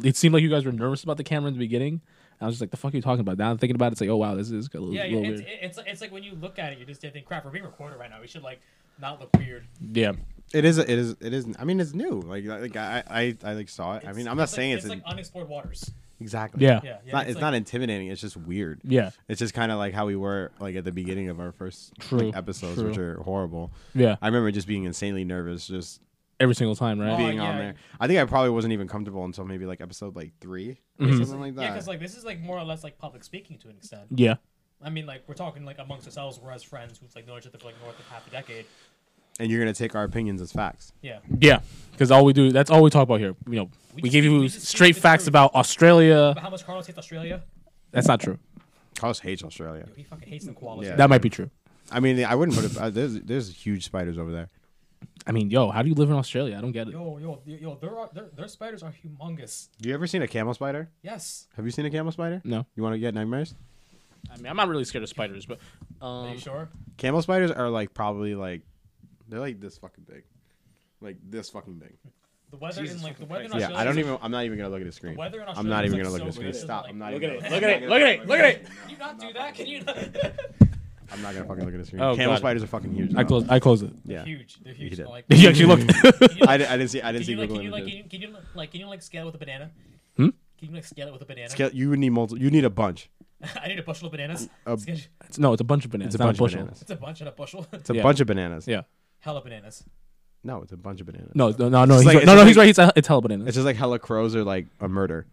A: it seemed like you guys were nervous about the camera in the beginning. I was just like, the fuck are you talking about? Now I'm thinking about it, it's like, oh wow, this is a little,
C: Yeah,
A: little
C: it's,
A: weird.
C: it's, it's like when you look at it, you just think, crap, we're being recorded right now. We should like not look weird.
A: yeah,
B: It is. It is. It is. I mean, it's new. Like, like I, I, I like saw it. I mean, I'm not
C: It's like-
B: saying it's,
C: it's
B: in-
C: like unexplored waters.
B: exactly.
A: yeah,
C: Yeah,
A: yeah,
B: It's not,
C: it's
B: it's
C: like-
B: not intimidating. It's just weird.
A: yeah,
B: It's just kind of like how we were like at the beginning of our first like,
A: True,
B: episodes,
A: true.
B: which are horrible. I remember just being insanely nervous, just
A: Every single time, right?
C: Oh,
B: being on
C: yeah.
B: there. I think I probably wasn't even comfortable until maybe like episode like 3 or
A: Mm-hmm.
B: something like
C: Yeah,
B: that.
C: because like this is like more or less like public speaking to an extent.
A: yeah,
C: I mean, like we're talking like amongst ourselves, we're as friends who've like known each other for like north of half a decade.
B: and you're gonna take our opinions as facts.
C: Yeah,
A: yeah. Because all we do, that's all we talk about here. You know, we,
C: just-
A: give you
C: we just speak
A: straight
C: the
A: facts
C: truth.
A: about Australia.
C: but how much Carlos hates Australia?
A: That's not true.
B: Carlos hates Australia.
C: Yo, he fucking hates the koalas.
B: Yeah.
A: That might be true.
B: I mean, I wouldn't put it. Uh, there's there's huge spiders over there.
A: I mean, yo, how do you live in Australia? I don't get it.
C: Yo, yo, yo, yo, their, their, their spiders are humongous.
B: You ever seen a camel spider?
C: Yes.
B: Have you seen a camel spider?
A: No,
B: You want to get nightmares?
A: I mean, I'm not really scared of spiders, but
C: Are
A: um,
C: you sure?
B: Camel spiders are like probably like they're like this fucking big, like this fucking big.
C: The weather in like the weather in
B: Yeah,
C: Australia.
B: I don't
C: is-
B: even. I'm not even gonna look at the screen.
C: weather in
B: I'm not
C: Australia
B: even
C: is,
B: gonna
C: like,
B: look at the
C: so
B: screen.
C: weird. It's
B: Stop.
C: like-
B: I'm not
A: look
B: even.
A: at it,
B: gonna
A: look at it, look at it, look at it.
C: Can you not do that? Can you not?
B: I'm not gonna fucking look at the screen.
A: Oh,
B: camel
A: God.
B: spiders are fucking huge.
A: I
B: though.
A: close, I close it.
B: Yeah.
C: Huge. They're huge.
B: did.
C: Like,
A: You actually look.
C: Can you,
B: I, di- I didn't see. I didn't
C: can
B: see
C: you, like,
B: Google
C: can you like
B: images.
C: can you, can you like can you like scale it with a banana?
A: Hmm?
C: Can you like scale it with a banana?
B: Scale- you would need multiple. You need a bunch.
C: I need a bushel of bananas.
B: A-
C: Scale-
A: It's- no, it's a bunch of bananas.
B: It's a
A: not
B: bunch of
A: bushel.
B: bananas.
C: It's a bunch and a bushel.
B: It's a
A: Yeah.
B: bunch of bananas.
A: Yeah.
C: Hella bananas.
B: No, it's a bunch of bananas.
A: No, no, no, no.
B: It's
A: He's
B: like-
A: right. No,
B: it's
A: no,
B: like-
A: he's right. It's, a, it's hella bananas.
B: It's just like hella crows are like a murder.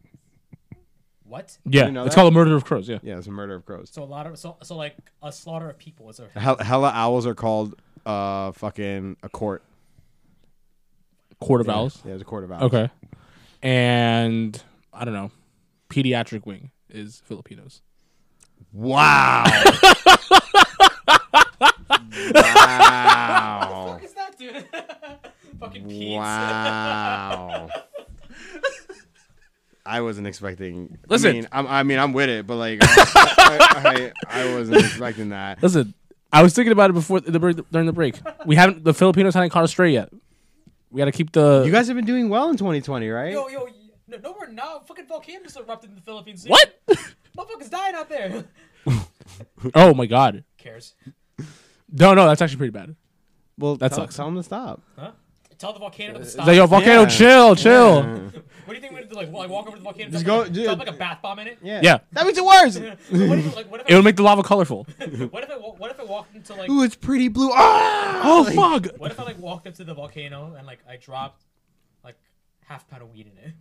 C: What?
A: yeah,
B: you know
A: it's
B: that?
A: called a murder of crows. Yeah.
B: Yeah, it's a murder of crows.
C: So a lot of so so like a slaughter of people is a
B: Hell, hella owls are called uh fucking a court.
A: Quarter vowels.
B: Yeah, it's a court of owls.
A: Okay. And I don't know. Pediatric wing is Filipinos.
B: Wow. wow.
C: What is that, dude? Fucking Pete's.
B: Wow. I wasn't expecting.
A: Listen.
B: I mean, I'm, I mean, I'm with it, but like, I, I, I wasn't expecting that.
A: Listen, I was thinking about it before the break, during the break. We haven't the Filipinos haven't caught astray yet. We got to keep the.
B: You guys have been doing well in 2020, right?
C: Yo, yo, y- no, no, we're not. Fucking volcanoes erupted in the Philippines.
A: what?
C: Motherfuckers dying out there. Who
A: oh my god.
C: cares?
A: No, no, that's actually pretty bad.
B: Well,
A: That
B: tell,
A: sucks.
B: Tell them to stop.
C: Huh? Tell the volcano to
A: It's
C: stop.
A: like yo, volcano,
B: Yeah.
A: chill, chill.
C: what do you think we're gonna do? Like, wa- like walk over to the volcano,
B: Just
C: dump, like,
B: go-
C: a, dump
B: dude.
C: like a bath bomb in it.
B: Yeah.
A: Yeah.
B: That makes it worse.
C: what if, like, what if,
A: It
C: I,
A: would make the lava colorful.
C: what if I, wa- what if I walked into like,
B: Ooh, it's pretty blue. Ah!
A: oh fuck.
C: what if I like walked up to the volcano and like I dropped like half pound of weed in it?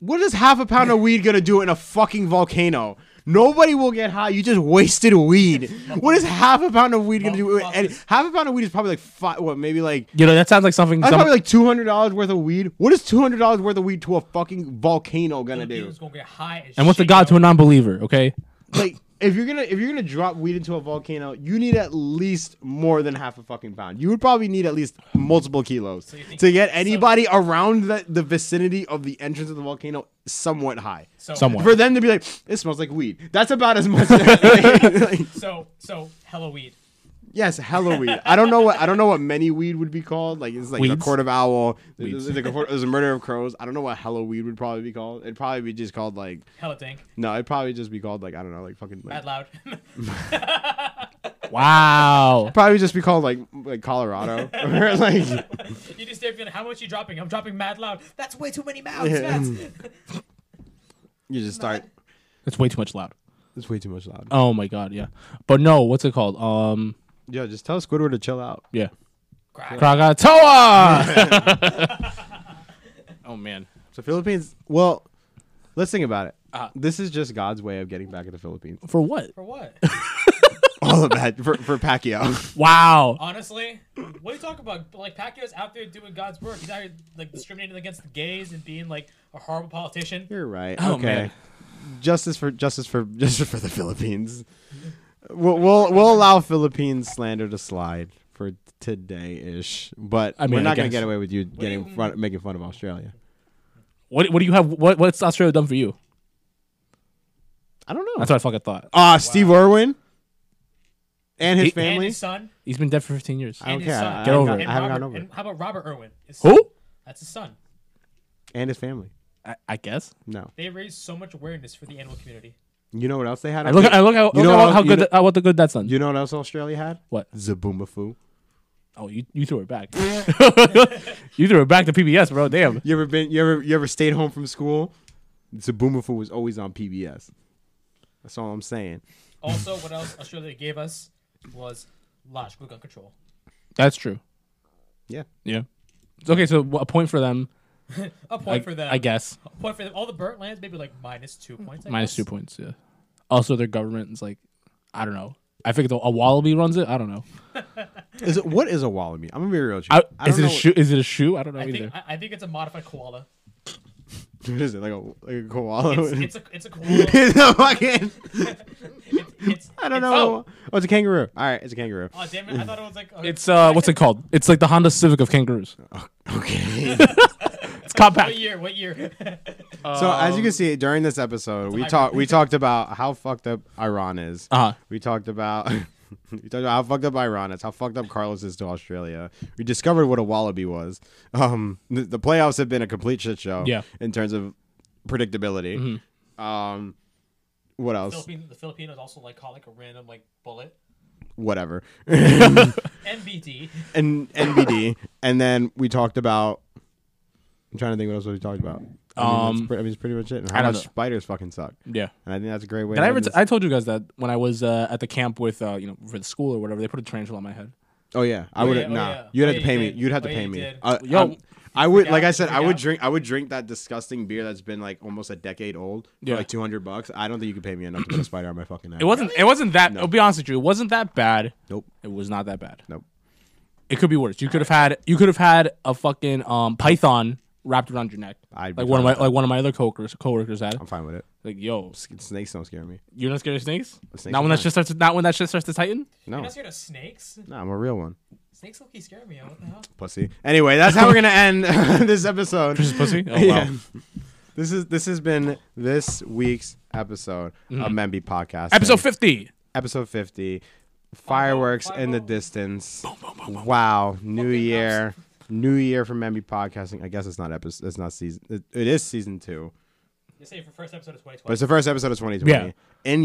B: What is half a pound of weed gonna do in a fucking volcano? Nobody will get high. You just wasted weed. What is half a pound of weed gonna do? And half a pound of weed is probably like five. What maybe like
A: You know that sounds like something.
B: that's
A: some-
B: probably like two hundred dollars worth of weed. What is two hundred dollars worth of weed to a fucking volcano gonna
C: Dude,
B: do?
C: was gonna get high as
A: and what's the
C: shit,
A: god to
C: yo.
A: a non-believer? Okay.
B: Like if you're gonna if you're gonna drop weed into a volcano, you need at least more than half a fucking pound. You would probably need at least multiple kilos
C: you think-
B: to get anybody around the, the vicinity of the entrance of the volcano somewhat high.
C: so,
A: Somewhat.
B: for them to be like, "It smells like weed." That's about as much. As, like,
C: So so hella weed.
B: Yes, hella weed. I don't know what I don't know what many weed would be called. Like it's like the
A: Weeds?
B: court of owl. There's,
A: Weeds.
B: there's, like a, court- there's a murder of crows. I don't know what hella weed would probably be called. It'd probably be just called like
C: Hella dank.
B: no. It'd probably just be called like I don't know like fucking. Like,
C: Mad loud.
A: Wow.
B: probably just be called like like Colorado or like
C: you just there feeling how much you dropping? I'm dropping mad loud. That's way too many mouths.
B: Yeah.
C: That's
B: you just start.
A: That's way too much loud.
B: It's way too much loud.
A: Oh my god, yeah. But no, what's it called? Um,
B: Yeah, just tell Squidward to chill out.
A: yeah,
C: Crack.
A: Krakatoa. oh man,
B: So Philippines. Well, let's think about it.
A: Uh-huh.
B: This is just God's way of getting back at the Philippines.
A: for what?
C: For what?
B: All of that for, for Pacquiao.
A: Wow.
C: Honestly, what are you talking about? Like Pacquiao's out there doing God's work. He's out here like discriminating against the gays and being like a horrible politician.
B: You're right.
A: Oh,
B: okay.
A: man.
B: Justice for justice for justice for the Philippines. We'll we'll, we'll allow Philippines slander to slide for today ish, but
A: I mean,
B: we're
A: I
B: not gonna
A: guess.
B: get away with you getting
C: do you-
B: fun, making fun of Australia.
A: What What do you have? What What's Australia done for you?
B: I don't know.
A: That's what I fucking thought.
B: Ah, Steve Irwin and his
A: He-
B: family.
C: And his son.
A: He's been dead for 15 years.
B: I don't
C: and his
B: care.
C: son.
B: I-
A: Get
B: I
A: over it.
B: haven't got-
C: And
B: I haven't gotten
C: Robert-
B: over it.
C: and how about Robert Irwin? His son.
A: Who?
C: That's his son.
B: And his family.
A: I, I guess.
B: No.
C: They raised so much awareness for the animal community.
B: You know what else they had?
A: I
B: up
A: look.
B: there?
A: I look. How,
B: You
A: look
B: know
A: how,
B: what-
A: how
B: you
A: good.
B: know-
A: the- how- what the good that's done.
B: You know what else Australia had?
A: what?
B: Zaboomafoo.
A: Oh, you, you threw it back. you threw it back to PBS, bro. Damn.
B: You ever been? You ever? You ever stayed home from school? Zaboomafoo was always on PBS. That's all I'm saying.
C: Also, what else Australia gave us was logical gun control.
A: That's true.
B: Yeah.
A: Yeah. It's okay. So wh- a point for them.
C: A point
A: I,
C: for them.
A: I guess
C: A point for them. All the burnt lands, maybe like minus two points. I
A: minus two
C: guess.
A: points. Yeah. Also, their government is like, I don't know. I think the, a wallaby runs it. I don't know.
B: Is it, what is a wallaby? I'm gonna be real. With you.
A: I,
B: I
A: is
B: don't
A: it a
B: know-
A: shoe? Is it a shoe? I don't know
C: I
A: either.
C: think, I, I think it's a modified koala.
B: What is it like a like a koala?
C: It's, it's, a, it's a koala.
B: It's a fucking.
C: It's, it's,
B: I don't
C: it's-
B: know. Oh. it's a kangaroo. All right, it's a kangaroo.
C: Oh, damn it. I thought it was like. A,
A: it's uh, what's it called? It's like the Honda Civic of kangaroos.
B: Okay.
A: It's compact.
C: What year? What year?
B: so as you can see, during this episode, we
C: hybrid.
B: talked we talked about how fucked up Iran is.
A: Uh-huh.
B: We talked about we talked about how fucked up Iran is, how fucked up Carlos is to Australia. We discovered what a wallaby was. Um, the, the playoffs have been a complete shit show.
A: Yeah. Mm-hmm.
B: in terms of predictability. Um, what else?
C: Philippine, the Filipinos also like call like a random like bullet.
B: Whatever.
C: NBD.
B: and NBD, and then we talked about. I'm trying to think what else we talked about. I mean,
A: Um,
B: that's, pre- I mean it's pretty much it. And
A: I
B: how
A: don't
B: much
A: know.
B: spiders fucking suck,
A: Yeah.
B: and I think that's a great way.
A: Did I
B: to
A: ever?
B: end
A: T-
B: this.
A: I told you guys that when I was uh, at the camp with uh, you know for the school or whatever, they put a tarantula on my head.
B: Oh yeah, I
C: Oh,
B: would.
C: yeah,
B: have
C: oh,
B: nah,
C: yeah.
B: you'd
C: Oh,
B: have
C: yeah,
B: to pay
C: you
B: me.
C: did.
B: You'd have to
C: Oh, yeah,
B: pay
C: you
B: me.
C: did.
B: Uh,
A: Yo.
B: I'm- I would.
C: Freak
B: Like
C: out,
B: I said, I
C: freak
B: would
C: out.
B: drink. I would drink that disgusting beer that's been like almost a decade old
A: Yeah.
B: for like 200 bucks. I don't think you could pay me enough to put a spider on my fucking head.
A: It wasn't. It wasn't that. I'll be honest with you. It wasn't that bad.
B: Nope.
A: It was not that bad.
B: Nope.
A: It could be worse. You could have had. You could have had a fucking um, python wrapped around your neck.
B: I'd be
A: like one of
B: fine
A: my
B: with that.
A: like one of my other coworkers coworkers had.
B: I'm fine with it.
A: Like yo,
B: Snakes don't scare me.
A: you're not scared of snakes.
B: snakes
A: not
B: are
A: when that
B: fine.
A: shit starts. To, not when that shit starts to tighten.
C: You're
B: No,
C: not scared of snakes?
B: no, I'm a real one.
C: Snakes low-key scare me. What the hell?
B: Pussy. Anyway, that's how we're gonna end this episode.
A: Pussy. Oh,
B: Yeah.
A: wow.
B: This is this has been this week's episode of Memby Podcast.
A: Mm-hmm. Episode fifty.
B: episode fifty. Fireworks in the
C: Fireball.
B: distance. Wow, new
C: Fucking
B: year, new year for Memby Podcasting. I guess it's not episode. It's not season. It, it is season two,
C: You say for first episode of
B: but
C: 2020.
B: it's the first episode of 2020.
A: Yeah.
B: In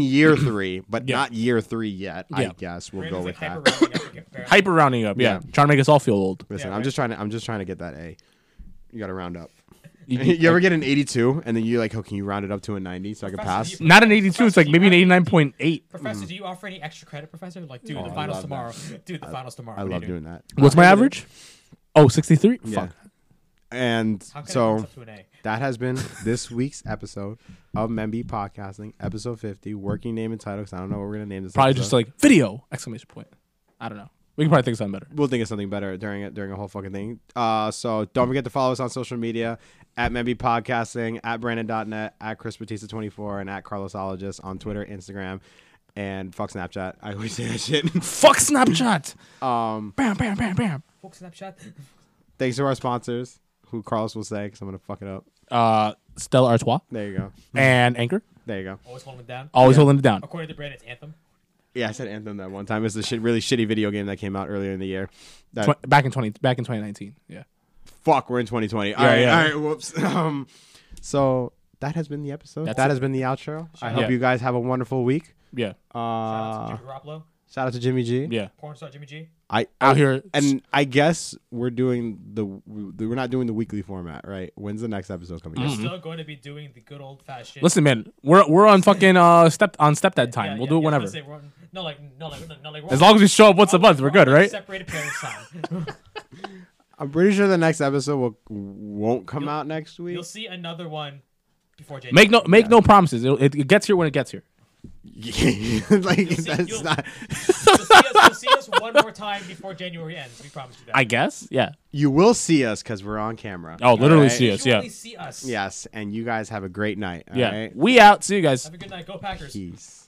B: year three, but
A: Yeah.
B: not year three yet. I
A: Yeah.
B: guess we'll
C: Brandon's,
B: go with
C: like,
B: that.
C: hyper-rounding up, apparently.
A: Hyper rounding up. Yeah.
B: Yeah.
A: Trying to make us all feel old.
B: Listen,
C: Yeah,
B: I'm
C: right.
B: just trying to. I'm just trying to get that A. You got to round up.
A: You-
B: you ever get an 82 and then you're like, oh, can you round it up to a 90 so I can
C: Professor,
B: pass?
C: you-
A: Not an eighty-two. It's like maybe an eighty-nine point eight.
C: Professor, do you offer any extra credit, Professor? Like,
A: Oh,
C: dude,
B: I
C: the finals
B: love
C: tomorrow. Dude, the finals tomorrow.
B: I
C: What are you
B: love doing that.
A: What's my average? Oh, 63?
B: Yeah.
A: Fuck.
B: And
C: How can I
B: so
C: up to an A?
B: that has been this week's episode of Memby Podcasting, episode 50, working name and title, because I don't know what we're going to name this
A: Probably
B: episode.
A: just like video exclamation point. I don't know. We can probably think of something better.
B: We'll think of something better during it during a whole fucking thing. Uh, so don't forget to follow us on social media at Memby Podcasting, at Brandon.net, at Chris Batista24, and at Carlosologist on Twitter, Instagram, and fuck Snapchat. I always say that shit.
A: Fuck Snapchat. Um bam bam bam bam.
C: Fuck Snapchat.
B: Thanks to our sponsors, who Carlos will say, because I'm going to fuck it up.
A: Uh Stella Artois
B: There you go.
A: and Anchor.
B: There you go.
C: Always holding it down.
A: Oh. Always holding it down.
C: According to Brandon, it's Anthem.
B: Yeah, I said Anthem that one time. It's the shit, really shitty video game that came out earlier in the year. That,
A: Tw- back in twenty back in twenty nineteen. Yeah.
B: fuck, we're in 2020. all right,
A: yeah.
B: all right, whoops. Um, so that has been the episode.
A: That's
B: that
A: it.
B: has been the outro. I hope
A: Yeah.
B: you guys have a wonderful week.
A: Yeah.
B: Uh,
C: Jimmy Garoppolo,
B: shout out to Jimmy G.
A: Um, Yeah.
C: porn star Jimmy G.
B: I
A: Out here
B: and I guess we're doing the we're not doing the weekly format, right? When's the next episode coming?
C: We're
B: out?
C: still going to be doing the good old fashioned.
A: Mm-hmm. Listen, man, we're we're on fucking uh step on stepdad
C: Yeah,
A: time. we'll
C: yeah,
A: do it
C: yeah, I
A: whenever.
C: was gonna say, we're on- no, like, no, like, no, no, like, we're
A: As
C: on-
A: long as we show up once a
C: we're
A: month,
C: on-
A: we're good,
C: on
A: right?
C: Separated parents time.
B: I'm pretty sure the next episode will won't come out next week.
C: You'll see another one before January.
A: Make no make no promises. It'll- It, it gets here when it gets here.
B: like
C: see-
B: that's
C: you'll-
B: not.
C: You'll see, us, you'll see us one more time before January ends. We promise you that.
A: I guess. Yeah.
B: You will see us because we're on camera.
A: Oh, literally
B: alright?
A: see
C: you
A: us. Yeah.
C: only see us.
B: Yes, and you guys have a great night.
A: Yeah.
B: alright?
A: We out. See you guys.
C: Have a good night. Go Packers.
B: Peace.